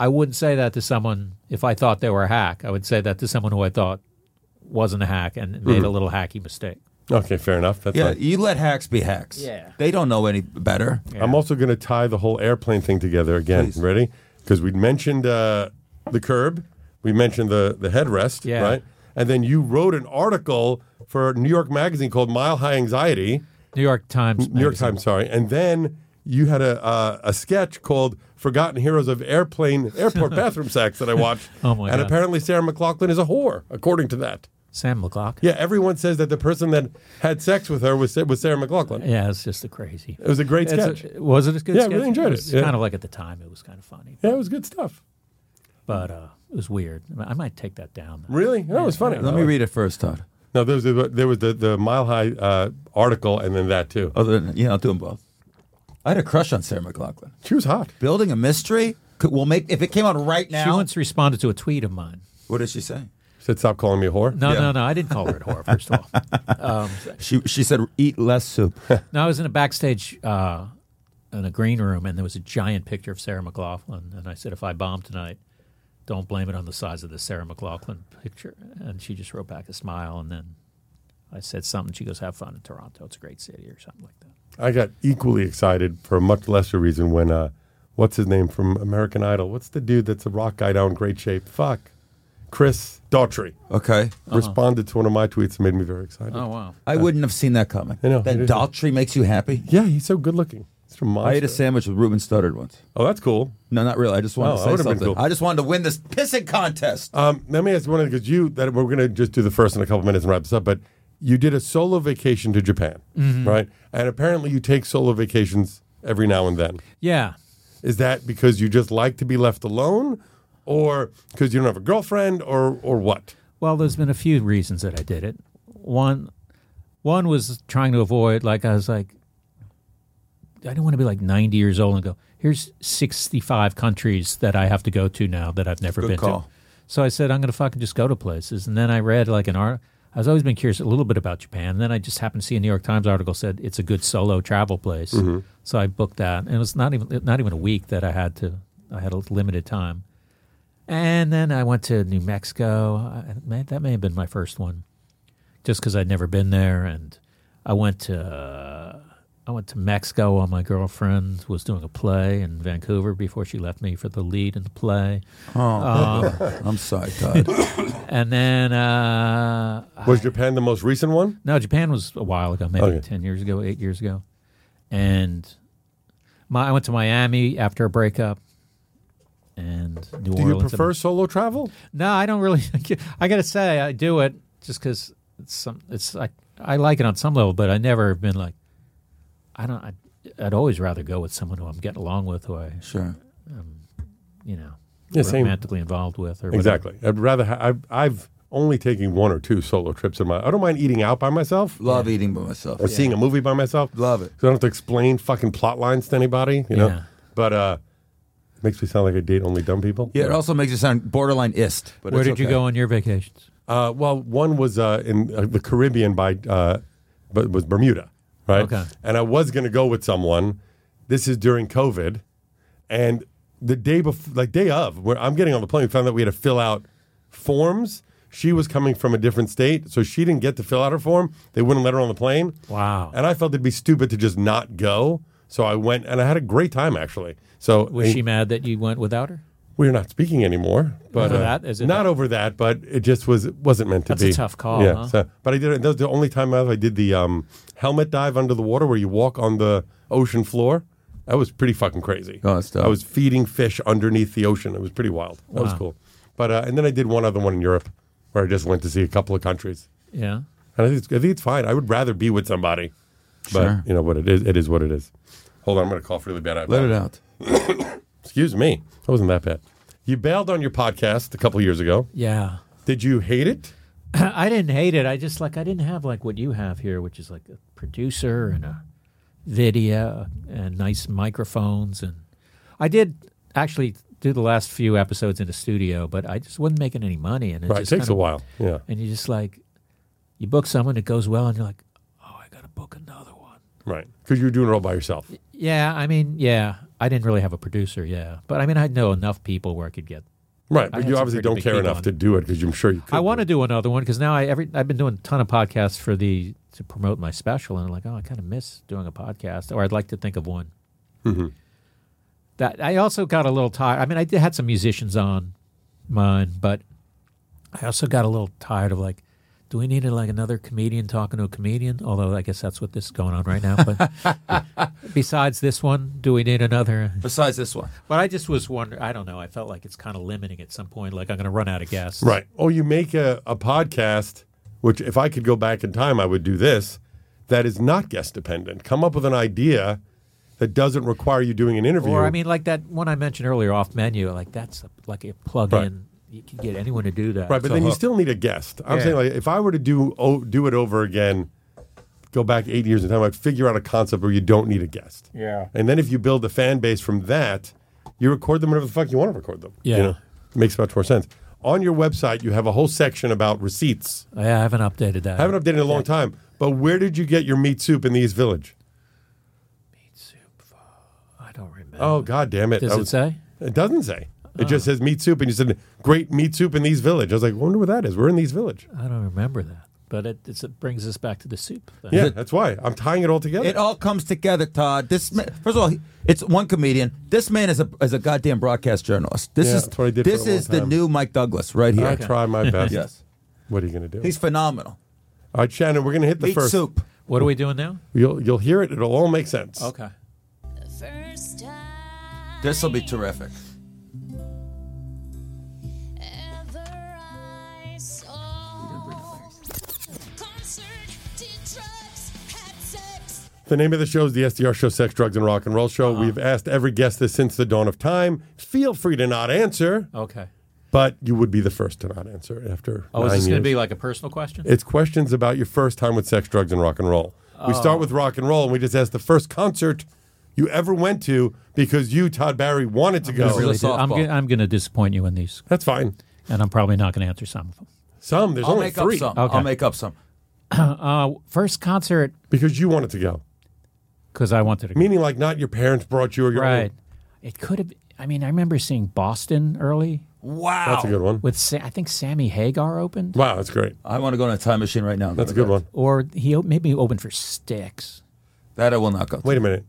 Speaker 5: I wouldn't say that to someone if I thought they were a hack. I would say that to someone who I thought wasn't a hack and
Speaker 3: Mm-hmm.
Speaker 5: made a little hacky mistake.
Speaker 3: Okay, fair enough. That's
Speaker 6: Yeah,
Speaker 3: fine.
Speaker 6: you let hacks be hacks.
Speaker 5: Yeah.
Speaker 6: They don't know any better.
Speaker 3: I'm also going to tie the whole airplane thing together again.
Speaker 6: Please.
Speaker 3: Ready? Because we mentioned uh, the curb, we mentioned the the headrest,
Speaker 5: Yeah.
Speaker 3: right? And then you wrote an article for New York Magazine called "Mile High Anxiety."
Speaker 5: New York Times.
Speaker 3: New York
Speaker 5: Magazine.
Speaker 3: Times, sorry. And then you had a uh, a sketch called "Forgotten Heroes of Airplane Airport Bathroom Sex" that I watched.
Speaker 5: Oh, my
Speaker 3: And
Speaker 5: God.
Speaker 3: apparently Sarah McLaughlin is a whore, according to that.
Speaker 5: Sam McLaughlin.
Speaker 3: Yeah, everyone says that the person that had sex with her was was Sarah McLaughlin.
Speaker 5: Yeah, it's just a crazy.
Speaker 3: It was a great
Speaker 5: It's a-
Speaker 3: sketch.
Speaker 5: was it a good
Speaker 3: Yeah, I
Speaker 5: sketch?
Speaker 3: really enjoyed it,
Speaker 5: was
Speaker 3: yeah.
Speaker 5: Kind of like at the time, it was kind of funny,
Speaker 3: yeah, it was good stuff.
Speaker 5: but uh, it was weird. I I might take that down.
Speaker 3: Really? That was funny.
Speaker 6: Let me read it first, Todd.
Speaker 3: No, there was the, there was the, the Mile High uh, article and then that too.
Speaker 6: Other than, yeah, I'll do them both. I had a crush on Sarah McLaughlin.
Speaker 3: She was hot.
Speaker 6: Building a mystery could, will make if it came out right
Speaker 5: She
Speaker 6: now.
Speaker 5: once responded to a tweet of mine.
Speaker 6: what did she say?
Speaker 3: Said, stop calling me a whore.
Speaker 5: No,
Speaker 6: Yeah.
Speaker 5: no, no. I didn't call her a whore, first of all.
Speaker 6: She she said eat less soup.
Speaker 5: No, I was in a backstage uh, in a green room, and there was a giant picture of Sarah McLaughlin. And I said, if I bomb tonight, don't blame it on the size of the Sarah McLaughlin picture. And she just wrote back a smile, and then I said something. She goes, "Have fun in Toronto. It's a great city," or something like that.
Speaker 3: I got equally excited for a much lesser reason when, uh, what's his name from American Idol? What's the dude that's a rock guy down in great shape? Fuck. Chris Daughtry
Speaker 6: Okay.
Speaker 3: responded to one of my tweets and made me very excited.
Speaker 6: Oh,
Speaker 5: wow!
Speaker 6: I wouldn't have seen that coming.
Speaker 3: I know.
Speaker 6: That Daughtry makes you happy.
Speaker 3: Yeah, he's so good looking. He's from
Speaker 6: I ate
Speaker 3: Monster.
Speaker 6: a sandwich with Reuben Studdard once.
Speaker 3: oh, that's cool.
Speaker 6: No, not really. I just wanted
Speaker 3: Oh,
Speaker 6: to
Speaker 3: that
Speaker 6: say
Speaker 3: would've been
Speaker 6: something.
Speaker 3: cool.
Speaker 6: I just wanted to win this pissing contest.
Speaker 3: Um, let me ask one of because you that we're going to just do the first in a couple minutes and wrap this up. But you did a solo vacation to Japan, right? And apparently, you take solo vacations every now and then.
Speaker 5: Yeah,
Speaker 3: Is that because you just like to be left alone, or because you don't have a girlfriend, or or what?
Speaker 5: Well, there's been a few reasons that I did it. One, one was trying to avoid. Like I was like, I didn't want to be like 90 years old and go. Here's 65 countries that I have to go to now that I've never
Speaker 6: Good
Speaker 5: been to.
Speaker 6: call.
Speaker 5: So I said I'm going to fucking just go to places. And then I read like an art. I was always been curious a little bit about Japan. And then I just happened to see a New York Times article said it's a good solo travel place.
Speaker 6: Mm-hmm.
Speaker 5: So I booked that, and it was not even not even a week that I had to. I had a limited time. And then I went to New Mexico. I, may, that may have been my first one, just because I'd never been there. And I went to uh, I went to Mexico while my girlfriend was doing a play in Vancouver before she left me for the lead in the play.
Speaker 6: I'm sorry, Todd.
Speaker 5: And then uh,
Speaker 3: Was Japan the most recent one?
Speaker 5: no, Japan was a while ago, maybe
Speaker 3: Okay.
Speaker 5: ten years ago, eight years ago. And my, I went to Miami after a breakup. And New
Speaker 3: Do you
Speaker 5: Orleans.
Speaker 3: prefer solo travel?
Speaker 5: No, I don't really. I gotta say, I do it just because it's some. It's like I like it on some level, but I never have been like. I don't. I, I'd always rather go with someone who I'm getting along with, who I,
Speaker 6: sure.
Speaker 5: you know,
Speaker 3: Yeah, same.
Speaker 5: romantically involved with, or whatever.
Speaker 3: Exactly. I'd rather. Ha- I've, I've only taking one or two solo trips in my. I don't mind eating out by myself
Speaker 6: Love eating by myself.
Speaker 3: or seeing a movie by myself.
Speaker 6: Love it.
Speaker 3: So I don't have to explain fucking plot lines to anybody. You know.
Speaker 5: Yeah.
Speaker 3: But uh, it makes me sound like I date only dumb people.
Speaker 6: Yeah, it also makes you sound borderline ist. But
Speaker 5: Where
Speaker 6: it's
Speaker 5: did you
Speaker 6: okay.
Speaker 5: go on your vacations?
Speaker 3: Uh, well, one was uh, in uh, the Caribbean by, uh, but was Bermuda, right?
Speaker 5: Okay.
Speaker 3: And I was going to go with someone. This is during COVID, and the day before, like day of, where I'm getting on the plane, we found that we had to fill out forms. She was coming from a different state, so she didn't get to fill out her form. They wouldn't let her on the plane.
Speaker 5: Wow.
Speaker 3: And I felt it'd be stupid to just not go, so I went, and I had a great time actually. So
Speaker 5: Was
Speaker 3: and-
Speaker 5: she mad that you went without her?
Speaker 3: we're not speaking anymore. But
Speaker 5: Over
Speaker 3: uh,
Speaker 5: that? Is it
Speaker 3: not
Speaker 5: a-
Speaker 3: over that, but it just was it wasn't meant to
Speaker 5: That's
Speaker 3: be.
Speaker 5: a tough call,
Speaker 3: Yeah.
Speaker 5: huh?
Speaker 3: So, but I did it. That was the only time I did the um, helmet dive under the water where you walk on the ocean floor. That was pretty fucking crazy.
Speaker 6: Oh, that's tough.
Speaker 3: I was feeding fish underneath the ocean. It was pretty wild. That was
Speaker 5: Wow.
Speaker 3: cool. But uh, and then I did one other one in Europe where I just went to see a couple of countries.
Speaker 5: Yeah.
Speaker 3: And I think it's, I think it's fine. I would rather be with somebody.
Speaker 6: Sure.
Speaker 3: But you know what it is. It is what it is. Hold on, I'm going to cough really bad. I
Speaker 6: Let it
Speaker 3: apologize.
Speaker 6: out.
Speaker 3: Excuse me. That wasn't that bad. You bailed on your podcast a couple years ago.
Speaker 5: Yeah.
Speaker 3: Did you hate it?
Speaker 5: I didn't hate it. I just like I didn't have like what you have here, which is like a producer and a video and nice microphones and I did actually do the last few episodes in a studio, but I just wasn't making any money and it
Speaker 3: Right. It
Speaker 5: just
Speaker 3: takes
Speaker 5: kinda-
Speaker 3: a while. Yeah.
Speaker 5: And you just like you book someone, it goes well, and you're like, oh, I gotta book another one.
Speaker 3: Right. Because you were doing it all by yourself.
Speaker 5: Yeah, I mean, yeah, I didn't really have a producer, yeah, but I mean, I know enough people where I could get
Speaker 3: Right.
Speaker 5: I
Speaker 3: But
Speaker 5: had
Speaker 3: you
Speaker 5: some
Speaker 3: obviously
Speaker 5: pretty
Speaker 3: don't
Speaker 5: big
Speaker 3: care
Speaker 5: people
Speaker 3: enough
Speaker 5: on.
Speaker 3: to do it because I'm sure you could.
Speaker 5: I want to do another one because now I every I've been doing a ton of podcasts for the to promote my special, and I'm like, oh, I kind of miss doing a podcast, or I'd like to think of one. Mm-hmm. That I also got a little tired. I mean, I did, had some musicians on mine, but I also got a little tired of like, do we need like another comedian talking to a comedian? Although I guess that's what this is going on right now. But besides this one, do we need another?
Speaker 6: Besides this one.
Speaker 5: But I just was wondering. I don't know. I felt like it's kind of limiting at some point. Like I'm going to run out of guests.
Speaker 3: Right. Or you make a, a podcast, which if I could go back in time, I would do this, that is not guest dependent. Come up with an idea that doesn't require you doing an interview.
Speaker 5: Or I mean, like that one I mentioned earlier, off menu. Like that's a, like a plug-in.
Speaker 3: Right.
Speaker 5: You can get anyone to do that.
Speaker 3: Right, but
Speaker 6: So
Speaker 3: then you
Speaker 6: hook.
Speaker 3: still need a guest. I'm
Speaker 5: Yeah.
Speaker 3: saying like if I were to do oh, do it over again, go back eight years in time, I'd figure out a concept where you don't need a guest.
Speaker 5: Yeah.
Speaker 3: And then if you build a fan base from that, you record them whenever the fuck you want to record them.
Speaker 5: Yeah.
Speaker 3: You know? Makes much more sense. On your website, you have a whole section about receipts.
Speaker 5: I haven't updated that.
Speaker 3: I haven't updated in a long time, but where did you get your meat soup in the East Village?
Speaker 5: I don't remember.
Speaker 3: Oh, god damn it.
Speaker 5: Does
Speaker 3: I
Speaker 5: it say? Oh.
Speaker 3: It doesn't say. It just says meat soup, and you said, great meat soup in these Village. I was like, wonder where that is. We're in these Village.
Speaker 5: I don't remember that. But it, it's, it brings us back to the soup. Thing.
Speaker 3: Yeah, that's why. I'm tying it all together.
Speaker 6: It all comes together, Todd. This ma- first of all, he- it's one comedian. This man is a is a goddamn broadcast journalist. This
Speaker 3: Yeah,
Speaker 6: is
Speaker 3: that's what I did for
Speaker 6: this
Speaker 3: a long
Speaker 6: is the
Speaker 3: time.
Speaker 6: new Mike Douglas right here.
Speaker 3: I try my best.
Speaker 6: Yes,
Speaker 3: What are you going to do?
Speaker 6: he's phenomenal.
Speaker 3: all right, Shannon, we're going to hit the
Speaker 6: Eat
Speaker 3: first.
Speaker 6: soup.
Speaker 5: What are we doing now?
Speaker 3: You'll you'll hear it. It'll all make sense.
Speaker 5: Okay.
Speaker 4: First time
Speaker 6: This will be terrific.
Speaker 4: ever I saw concert, did drugs, had sex.
Speaker 3: The name of the show is the SDR Show, Sex, Drugs, and Rock and Roll
Speaker 5: Uh-huh.
Speaker 3: Show. We've asked every guest this since the dawn of time. Feel free to not answer,
Speaker 5: Okay.
Speaker 3: but you would be the first to not answer after.
Speaker 5: Oh, is
Speaker 3: nine
Speaker 5: this going
Speaker 3: years.
Speaker 5: to be like a personal question?
Speaker 3: It's questions about your first time with sex, drugs, and rock and roll.
Speaker 5: Oh.
Speaker 3: We start with rock and roll, and we just ask the first concert you ever went to because you, Todd Barry, wanted to go.
Speaker 6: It's really
Speaker 5: Really, I'm
Speaker 6: softball.
Speaker 5: gonna- I'm going to disappoint you in these,
Speaker 3: That's fine.
Speaker 5: and I'm probably not going to answer some of them.
Speaker 3: Some there's
Speaker 6: I'll
Speaker 3: only
Speaker 6: make
Speaker 3: three
Speaker 6: up some.
Speaker 5: Okay.
Speaker 6: I'll make up some.
Speaker 5: Uh, first concert
Speaker 3: because you wanted to go.
Speaker 5: because I wanted to. go.
Speaker 3: Meaning, like, not your parents brought you or your
Speaker 5: right.
Speaker 3: own.
Speaker 5: It could have. I mean, I remember seeing Boston early
Speaker 6: Wow,
Speaker 3: That's a good one.
Speaker 5: with Sa- I think Sammy Hagar opened.
Speaker 3: Wow, that's great.
Speaker 6: I want to go in a time machine right now.
Speaker 3: That's a good one.
Speaker 5: or he op- maybe he opened for Sticks.
Speaker 6: That I will not go. to.
Speaker 3: Wait a minute.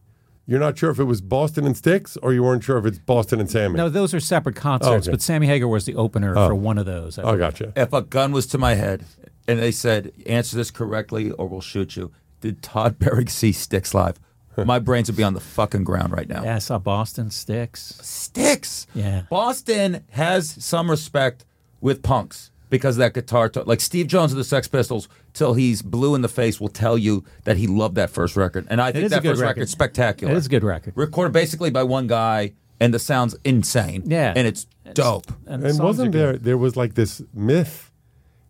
Speaker 3: You're not sure if it was Boston and Sticks, or you weren't sure if it's Boston and Sammy.
Speaker 5: No, those are separate concerts,
Speaker 3: Oh, okay. Oh.
Speaker 5: but Sammy Hagar was the opener for one of those.
Speaker 3: I gotcha.
Speaker 6: If a gun was to my head and they said, "Answer this correctly, or we'll shoot you," did Todd Berry see Sticks live? My brains would be on the fucking ground right now.
Speaker 5: yeah, I saw Boston Sticks.
Speaker 6: sticks.
Speaker 5: Yeah.
Speaker 6: Boston has some respect with punks because of that guitar. To- like Steve Jones of the Sex Pistols, till he's blue in the face, will tell you that he loved that first record. And I think
Speaker 5: is a
Speaker 6: that
Speaker 5: good
Speaker 6: first
Speaker 5: record.
Speaker 6: record's spectacular.
Speaker 5: It is a good record.
Speaker 6: Recorded basically by one guy, and the sound's insane.
Speaker 5: Yeah.
Speaker 6: And it's dope.
Speaker 5: And, the
Speaker 3: And
Speaker 5: songs are
Speaker 3: wasn't
Speaker 5: good.
Speaker 3: there there was like this myth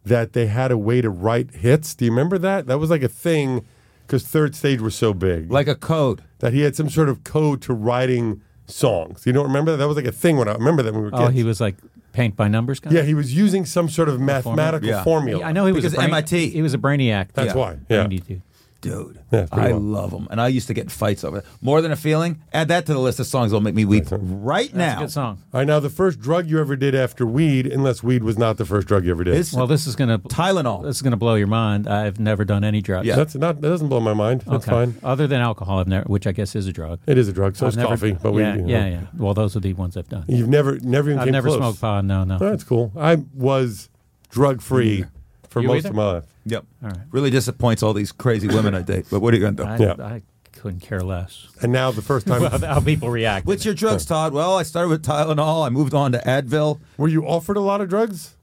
Speaker 3: that they had a way to write hits. Do you remember that? That was like a thing because Third Stage was so big.
Speaker 6: like a code.
Speaker 3: that he had some sort of code to writing songs. You don't remember that? That was like a thing when I remember that when we were
Speaker 5: Oh,
Speaker 3: kids.
Speaker 5: he was like paint by numbers kind
Speaker 3: yeah,
Speaker 5: of.
Speaker 3: he was using some sort of mathematical
Speaker 6: Yeah.
Speaker 3: formula.
Speaker 5: I know he was
Speaker 6: Because
Speaker 5: a brain-
Speaker 6: MIT.
Speaker 5: He was a brainiac.
Speaker 3: That's
Speaker 6: Yeah.
Speaker 3: why. Yeah.
Speaker 5: 92.
Speaker 6: Dude,
Speaker 3: Yeah, it's pretty
Speaker 6: I
Speaker 3: wild.
Speaker 6: love them, and I used to get in fights over it. More than a feeling. Add that to the list of songs that'll make me weep right
Speaker 5: That's
Speaker 6: now.
Speaker 5: a good song.
Speaker 3: All right, now the first drug you ever did after weed, unless weed was not the first drug you ever did.
Speaker 6: It's
Speaker 5: Well, this is gonna
Speaker 6: Tylenol.
Speaker 5: This is gonna blow your mind. I've never done any drugs.
Speaker 6: Yeah.
Speaker 3: That's not that doesn't blow my mind. That's
Speaker 5: Okay.
Speaker 3: fine.
Speaker 5: Other than alcohol, I've never, which I guess is a drug.
Speaker 3: It is a drug, so
Speaker 5: I've
Speaker 3: it's
Speaker 5: never-
Speaker 3: coffee. But we,
Speaker 5: yeah,
Speaker 3: you know.
Speaker 5: yeah, yeah. Well, those are the ones I've done.
Speaker 3: You've never, never even
Speaker 5: I've
Speaker 3: came
Speaker 5: never
Speaker 3: close.
Speaker 5: smoked pot. No, no.
Speaker 3: Oh, that's cool. I was drug free for
Speaker 5: You
Speaker 3: most
Speaker 5: either?
Speaker 3: of my life.
Speaker 6: Yep.
Speaker 5: right.
Speaker 6: Really disappoints all these crazy women I date. But what are you going to do?
Speaker 5: I,
Speaker 3: Yeah.
Speaker 5: I couldn't care less.
Speaker 3: And now the first time,
Speaker 5: How people react.
Speaker 6: What's your drugs, Todd? Well, I started with Tylenol. I moved on to Advil.
Speaker 3: were you offered a lot of drugs?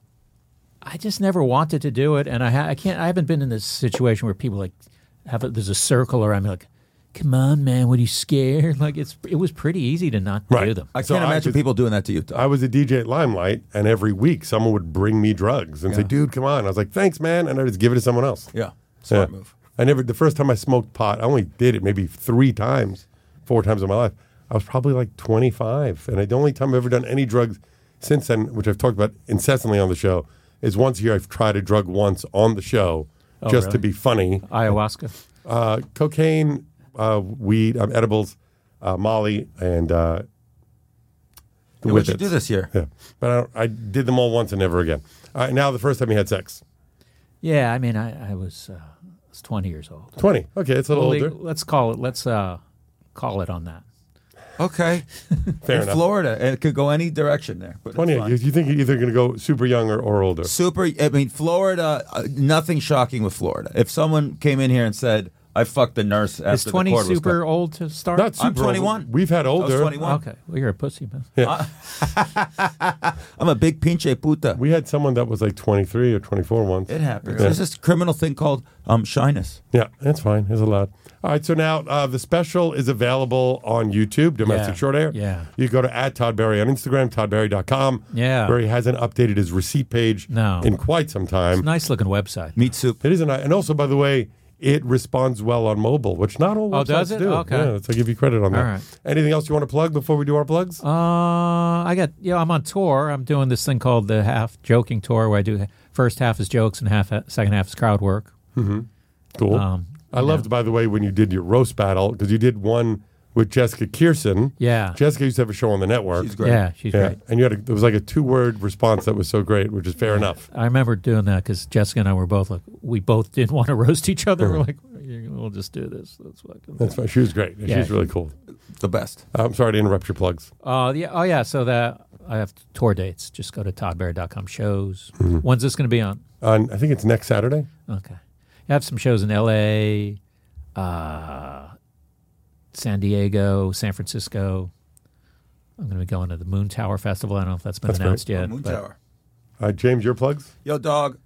Speaker 5: I just never wanted to do it, and I ha- I can't. I haven't been in this situation where people like have a, there's a circle, or I'm like, "Come on, man, what are you scared?" Like it's it was pretty easy to not do
Speaker 3: Right.
Speaker 5: them.
Speaker 6: I
Speaker 3: So
Speaker 6: can't
Speaker 3: I
Speaker 6: imagine
Speaker 3: could-
Speaker 6: people doing that to you, Todd.
Speaker 3: I was a DJ at Limelight, and every week someone would bring me drugs and say, "Dude, come on." I was like, "Thanks, man," and I just give it to someone else.
Speaker 6: yeah. Smart
Speaker 3: Yeah.
Speaker 6: move.
Speaker 3: I never. The first time I smoked pot, I only did it maybe three times, four times in my life. I was probably like 25, and I, the only time I've ever done any drugs since then, which I've talked about incessantly on the show, is once a year I've tried a drug once on the show,
Speaker 6: Oh,
Speaker 3: just to
Speaker 5: really?
Speaker 3: be funny.
Speaker 5: Ayahuasca.
Speaker 3: Uh, cocaine, uh, weed, um, edibles, uh, Molly, and uh, the
Speaker 6: What'd you
Speaker 3: Whippets.
Speaker 6: do this year?
Speaker 3: Yeah, but I, don't, I did them all once and never again. All right, now the first time he had sex,
Speaker 5: Yeah, I mean, I, I was uh, I was 20 years old.
Speaker 3: 20. Okay, it's a little older.
Speaker 5: Let's call it. Let's uh, call it on that.
Speaker 6: Okay.
Speaker 3: Fair
Speaker 6: In
Speaker 3: enough.
Speaker 6: Florida. It could go any direction there. But it's
Speaker 3: Funny,
Speaker 6: fine.
Speaker 3: you, you think you're either going to go super young or, or older.
Speaker 6: Super. I mean, Florida. Uh, nothing shocking with Florida. If someone came in here and said, "I fucked the nurse after
Speaker 5: Is 20
Speaker 6: the cord was
Speaker 5: super
Speaker 6: cut."
Speaker 5: old to start?
Speaker 3: Not super
Speaker 6: I'm
Speaker 3: old.
Speaker 6: 21.
Speaker 3: We've had
Speaker 6: I was
Speaker 3: older.
Speaker 6: 21.
Speaker 5: okay. Well, you're a pussy, man.
Speaker 6: I'm a big pinche puta.
Speaker 3: We had someone that was like 23 or 24 once.
Speaker 6: it happens.
Speaker 3: Yeah.
Speaker 6: There's this criminal thing called um, shyness.
Speaker 3: Yeah, that's fine. It's allowed. All right, so now uh, the special is available on YouTube, Domestic
Speaker 5: Yeah.
Speaker 3: Short Air.
Speaker 5: Yeah.
Speaker 3: You go to at Todd Berry on Instagram, toddberry.com.
Speaker 5: Yeah.
Speaker 3: Where he hasn't updated his receipt page
Speaker 5: No.
Speaker 3: in quite some time.
Speaker 5: Nice looking website.
Speaker 6: Meat soup.
Speaker 3: It is a nice, and also by the way, it responds well on mobile, which not all
Speaker 5: Oh,
Speaker 3: websites
Speaker 5: does it?
Speaker 3: do.
Speaker 5: Okay.
Speaker 3: Yeah, so I give you credit on that.
Speaker 5: right.
Speaker 3: Anything else you want to plug before we do our plugs?
Speaker 5: Uh, I got yeah. I'm on tour. I'm doing this thing called the half joking tour, where I do first half is jokes and half second half is crowd work.
Speaker 3: cool.
Speaker 5: Um,
Speaker 3: I loved, by the way, when you did your roast battle because you did one with Jessica Kearson.
Speaker 5: Yeah.
Speaker 3: Jessica used to have a show on the network.
Speaker 6: She's great.
Speaker 5: Yeah, she's
Speaker 3: yeah,
Speaker 5: great.
Speaker 3: and you had a, there was like a two word response that was so great, which is fair enough.
Speaker 5: I remember doing that because Jessica and I were both like, we both didn't want to roast each other. We're like, we'll just do this. That's fucking.
Speaker 3: That's fine. She was great.
Speaker 5: Yeah.
Speaker 3: She's really cool.
Speaker 6: The best.
Speaker 3: I'm sorry to interrupt your plugs.
Speaker 5: Uh, yeah. Oh yeah. So that I have tour dates. Just go to toddberry.com shows.
Speaker 3: Mm-hmm.
Speaker 5: When's this going to be on?
Speaker 3: On I think it's next Saturday.
Speaker 5: Okay. I have some shows in L.A., uh, San Diego, San Francisco. I'm going to be going to the Moon Tower Festival. I don't know if that's been
Speaker 3: That's
Speaker 5: announced yet.
Speaker 6: Oh, Moon
Speaker 5: but-
Speaker 6: Tower.
Speaker 3: Uh, James, your plugs.
Speaker 6: Yo, dog.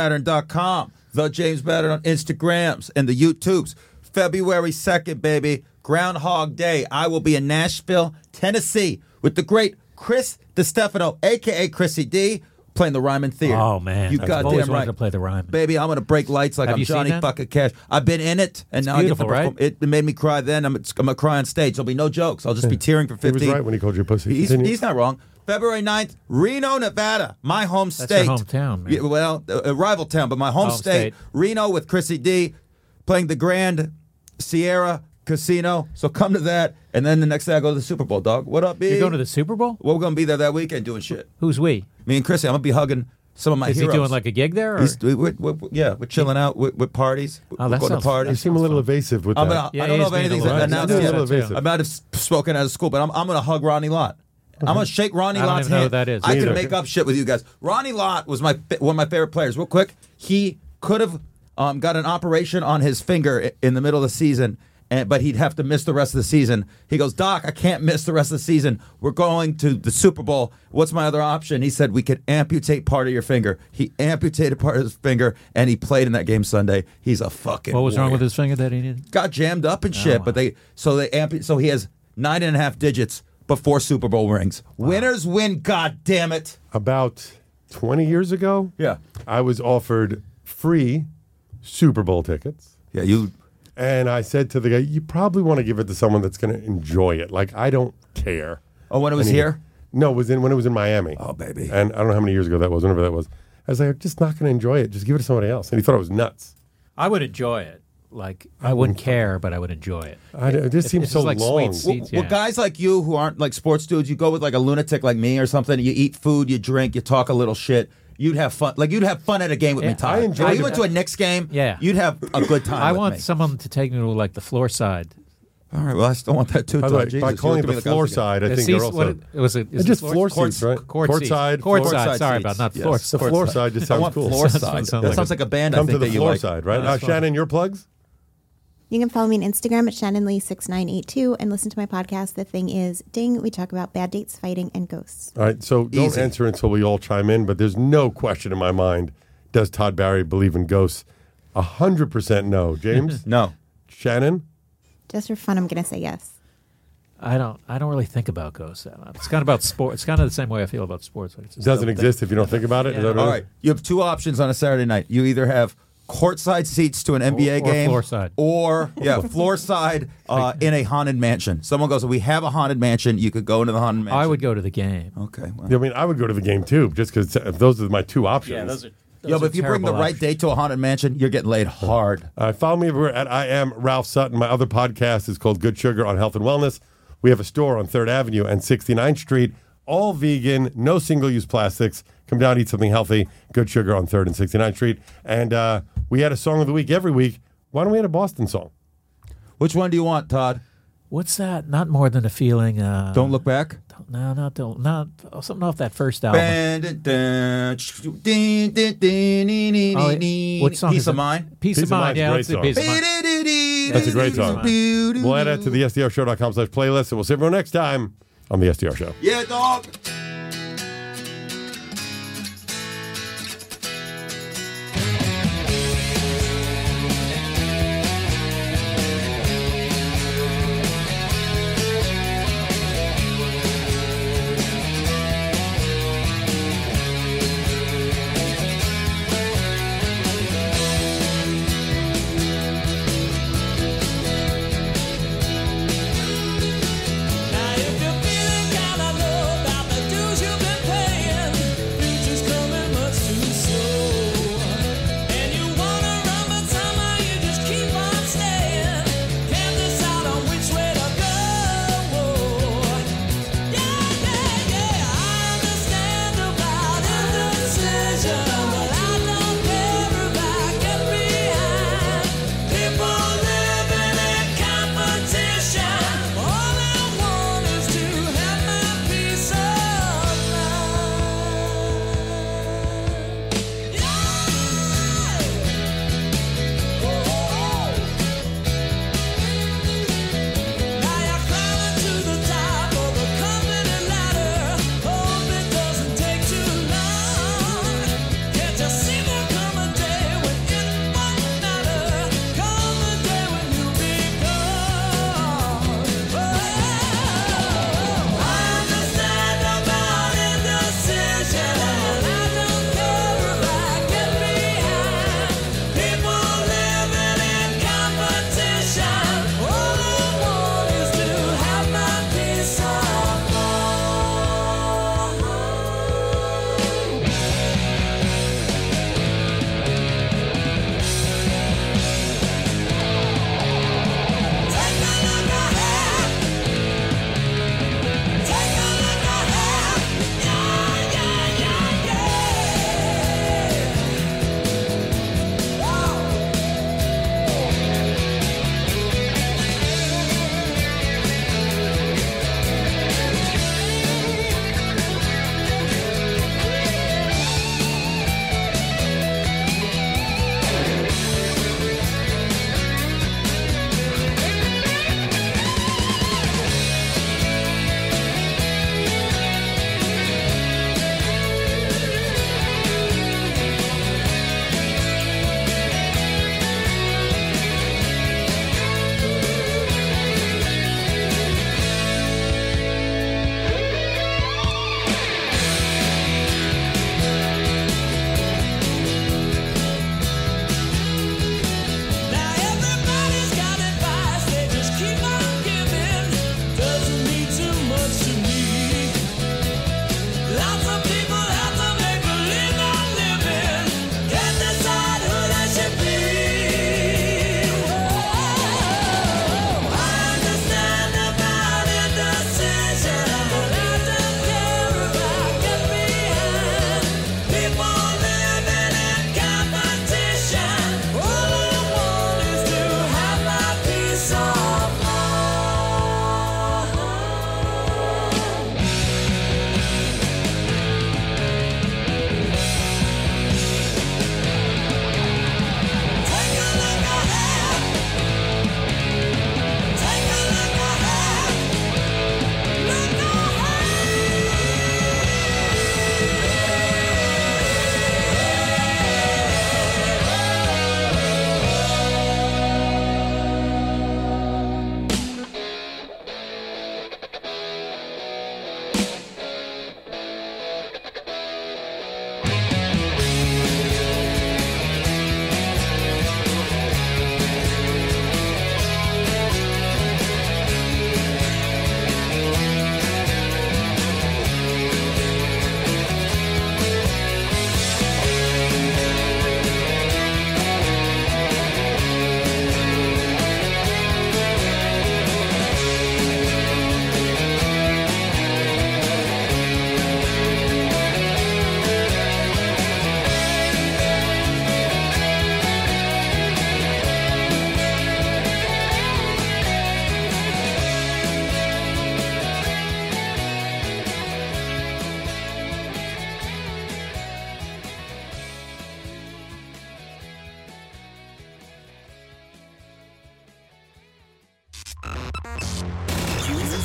Speaker 6: JamesMattern.com. The James Mattern on Instagrams and the YouTubes. February 2nd, baby. Groundhog Day. I will be in Nashville, Tennessee with the great Chris DiStefano, a.k.a. Chrissy D, playing the Ryman Theater.
Speaker 5: Oh man,
Speaker 6: You
Speaker 5: I've
Speaker 6: goddamn
Speaker 5: always
Speaker 6: right.
Speaker 5: wanted to play the Ryman.
Speaker 6: Baby, I'm going to break lights like
Speaker 5: Have
Speaker 6: I'm
Speaker 5: you seen
Speaker 6: Johnny
Speaker 5: that?
Speaker 6: fucking Cash. I've been in it, and now
Speaker 5: beautiful,
Speaker 6: I get to
Speaker 5: right?
Speaker 6: perform. It made me cry then. I'm, I'm going to cry on stage. There'll be no jokes. I'll just be tearing for 15.
Speaker 3: He was right when he called you pussy.
Speaker 6: He's,
Speaker 3: Continue.
Speaker 6: he's not wrong. February 9th, Reno, Nevada, my home
Speaker 5: That's your
Speaker 6: state.
Speaker 5: hometown, man.
Speaker 6: Yeah, well, a a rival town, but my home,
Speaker 5: Home state.
Speaker 6: state, Reno with Chrissy D playing the Grand Sierra Casino. So come to that. And then the next day I go to the Super Bowl, dog. What up, B?
Speaker 5: You're going to the Super Bowl?
Speaker 6: Well, we're going to be there that weekend doing shit.
Speaker 5: Who's we?
Speaker 6: Me and Chrissy, I'm going to be hugging some of my
Speaker 5: Is
Speaker 6: heroes.
Speaker 5: he doing like a gig there? Or?
Speaker 6: He's- we- we- we- yeah, we're chilling out with, with parties.
Speaker 5: Oh,
Speaker 6: we're
Speaker 5: that
Speaker 6: going
Speaker 5: sounds-
Speaker 6: to
Speaker 3: You
Speaker 6: parties.
Speaker 3: seem a little evasive with
Speaker 6: I'm
Speaker 3: that.
Speaker 6: gonna,
Speaker 5: Yeah,
Speaker 6: I don't
Speaker 5: he
Speaker 6: know
Speaker 5: is
Speaker 6: if
Speaker 5: being a
Speaker 6: anything's
Speaker 5: little-
Speaker 6: announced
Speaker 3: He's a
Speaker 6: yet.
Speaker 3: little evasive.
Speaker 6: I'm out of s- spoken out of school, but I'm, I'm going to hug Ronnie Lott. I'm going to shake Ronnie
Speaker 5: I don't
Speaker 6: Lott's
Speaker 5: even know
Speaker 6: hand.
Speaker 5: who that is.
Speaker 6: I
Speaker 3: Neither.
Speaker 6: could make up shit with you guys. Ronnie Lott was my fa- one of my favorite players. Real quick, he could have um, got an operation on his finger i- in the middle of the season, and, but he'd have to miss the rest of the season. He goes, Doc, I can't miss the rest of the season. We're going to the Super Bowl. What's my other option? He said, We could amputate part of your finger. He amputated part of his finger, and he played in that game Sunday. He's a fucking.
Speaker 5: what was wrong
Speaker 6: warrior
Speaker 5: with his finger that he needed?
Speaker 6: got jammed up and shit.
Speaker 3: Oh,
Speaker 6: But they so they amp- so he has nine and a half digits before Super Bowl rings. Winners win. God damn it!
Speaker 3: about 20 years ago,
Speaker 6: Yeah.
Speaker 3: I was offered free Super Bowl tickets.
Speaker 6: Yeah, you.
Speaker 3: And I said to the guy, you probably want to give it to someone that's going to enjoy it. Like, I don't care.
Speaker 6: Oh, when it was
Speaker 3: And he-
Speaker 6: here?
Speaker 3: No, it was in when it was in Miami.
Speaker 6: Oh, baby.
Speaker 3: And I don't know how many years ago that was, whenever that was. I was like, I'm just not going to enjoy it. Just give it to somebody else. And he thought I was nuts.
Speaker 5: I would enjoy it. Like I wouldn't care, but I would enjoy it.
Speaker 3: I, it just
Speaker 5: It-
Speaker 3: seems
Speaker 5: it's
Speaker 3: so
Speaker 5: just like
Speaker 3: long.
Speaker 5: sweet
Speaker 6: Well,
Speaker 5: Seats,
Speaker 6: well,
Speaker 5: yeah.
Speaker 6: guys like you who aren't like sports dudes, you go with like a lunatic like me or something. You eat food, you drink, you talk a little shit. You'd have fun. Like you'd have fun at a game with me,
Speaker 5: Yeah,
Speaker 6: Todd.
Speaker 3: I enjoyed
Speaker 6: If you
Speaker 3: it.
Speaker 6: went to a Knicks game.
Speaker 5: Yeah.
Speaker 6: you'd have a good time.
Speaker 5: I
Speaker 6: with
Speaker 5: want
Speaker 6: me.
Speaker 5: someone to take me to like the floor side.
Speaker 6: All right. Well, I still want that too.
Speaker 3: By the
Speaker 6: Todd.
Speaker 3: way,
Speaker 6: Jesus,
Speaker 3: by
Speaker 6: you
Speaker 3: calling it
Speaker 6: looked at
Speaker 3: the
Speaker 6: me like I was
Speaker 3: floor
Speaker 6: thinking-
Speaker 3: side, I
Speaker 5: The
Speaker 3: think you're
Speaker 5: seats-
Speaker 3: also.
Speaker 5: what it, it was it, is
Speaker 3: It's
Speaker 5: it
Speaker 3: just
Speaker 5: floor,
Speaker 3: floor
Speaker 5: court-
Speaker 3: seats, right?
Speaker 5: Court,
Speaker 3: Court
Speaker 5: seats.
Speaker 3: side,
Speaker 5: court,
Speaker 3: floor
Speaker 5: side.
Speaker 6: side
Speaker 5: Sorry
Speaker 6: seats.
Speaker 5: about not
Speaker 6: Yes.
Speaker 5: floor.
Speaker 3: the
Speaker 5: court
Speaker 3: floor side just
Speaker 6: I
Speaker 3: sounds
Speaker 6: want
Speaker 3: cool.
Speaker 6: floor
Speaker 5: Sounds-
Speaker 6: side.
Speaker 5: sounds
Speaker 6: that
Speaker 5: like
Speaker 6: sounds
Speaker 5: a-
Speaker 6: like a band. I
Speaker 3: Come
Speaker 6: think
Speaker 3: to the
Speaker 6: that
Speaker 3: floor
Speaker 6: you like.
Speaker 3: side, right? Uh, Shannon, your plugs?
Speaker 8: You can follow me on Instagram at Shannon Lee 6982 and listen to my podcast, The Thing Is Ding. We talk about bad dates, fighting, and ghosts.
Speaker 3: All right, so don't
Speaker 6: Easy.
Speaker 3: answer until we all chime in, but there's no question in my mind. Does Todd Barry believe in ghosts? A hundred percent no. James,
Speaker 6: No.
Speaker 3: Shannon,
Speaker 8: Just for fun, I'm going to say yes.
Speaker 5: I don't. I don't really think about ghosts. that much. It's kind of about sport. It's kind of the same way I feel about sports. Like, it's just
Speaker 3: doesn't
Speaker 5: don't think-
Speaker 3: exist if you don't think about it. Is that
Speaker 6: All right. You have two options on a Saturday night. You either have courtside seats to an
Speaker 5: Or-
Speaker 6: NBA
Speaker 5: or
Speaker 6: game,
Speaker 5: floor side.
Speaker 6: or yeah, floor side uh, in a haunted mansion. Someone goes, "We have a haunted mansion. You could go into the haunted mansion."
Speaker 5: I would go to the game.
Speaker 6: Okay. Well.
Speaker 3: I mean, I would go to the game too, just because those are my two options.
Speaker 6: Yo, but if you bring the right date to a haunted mansion, you're getting laid hard.
Speaker 3: Uh, follow me everywhere at I am Ralph Sutton. My other podcast is called Good Sugar on Health and Wellness. We have a store on 3rd Avenue and 69th Street, all vegan, no single use plastics. Come down, eat something healthy. Good Sugar on 3rd and 69th Street. And uh, we had a song of the week every week. Why don't we have a Boston song?
Speaker 6: Which one do you want, Todd?
Speaker 5: What's that? Not more than a feeling. Uh,
Speaker 6: Don't look back.
Speaker 5: No, not don't. Not oh, something off that first album.
Speaker 6: Dun, dun, dun, dun, dun, dun, dun, dun,
Speaker 5: Oh,
Speaker 6: dun.
Speaker 5: what song
Speaker 6: Peace
Speaker 5: is
Speaker 6: of
Speaker 5: it?
Speaker 6: mind.
Speaker 5: Peace, of
Speaker 3: Peace of Mind's
Speaker 5: mind.
Speaker 3: a
Speaker 5: Yeah,
Speaker 3: great
Speaker 5: let's do
Speaker 3: song.
Speaker 5: peace of mind.
Speaker 6: That's
Speaker 3: That's a great song. We'll add that to the SDRshow.com slash playlist, and we'll see everyone next time on the SDR Show.
Speaker 6: Yeah, dog.
Speaker 4: Now if you're feeling kinda low about the do Oh,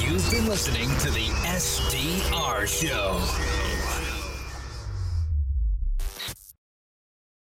Speaker 6: You've been listening to the SDR Show.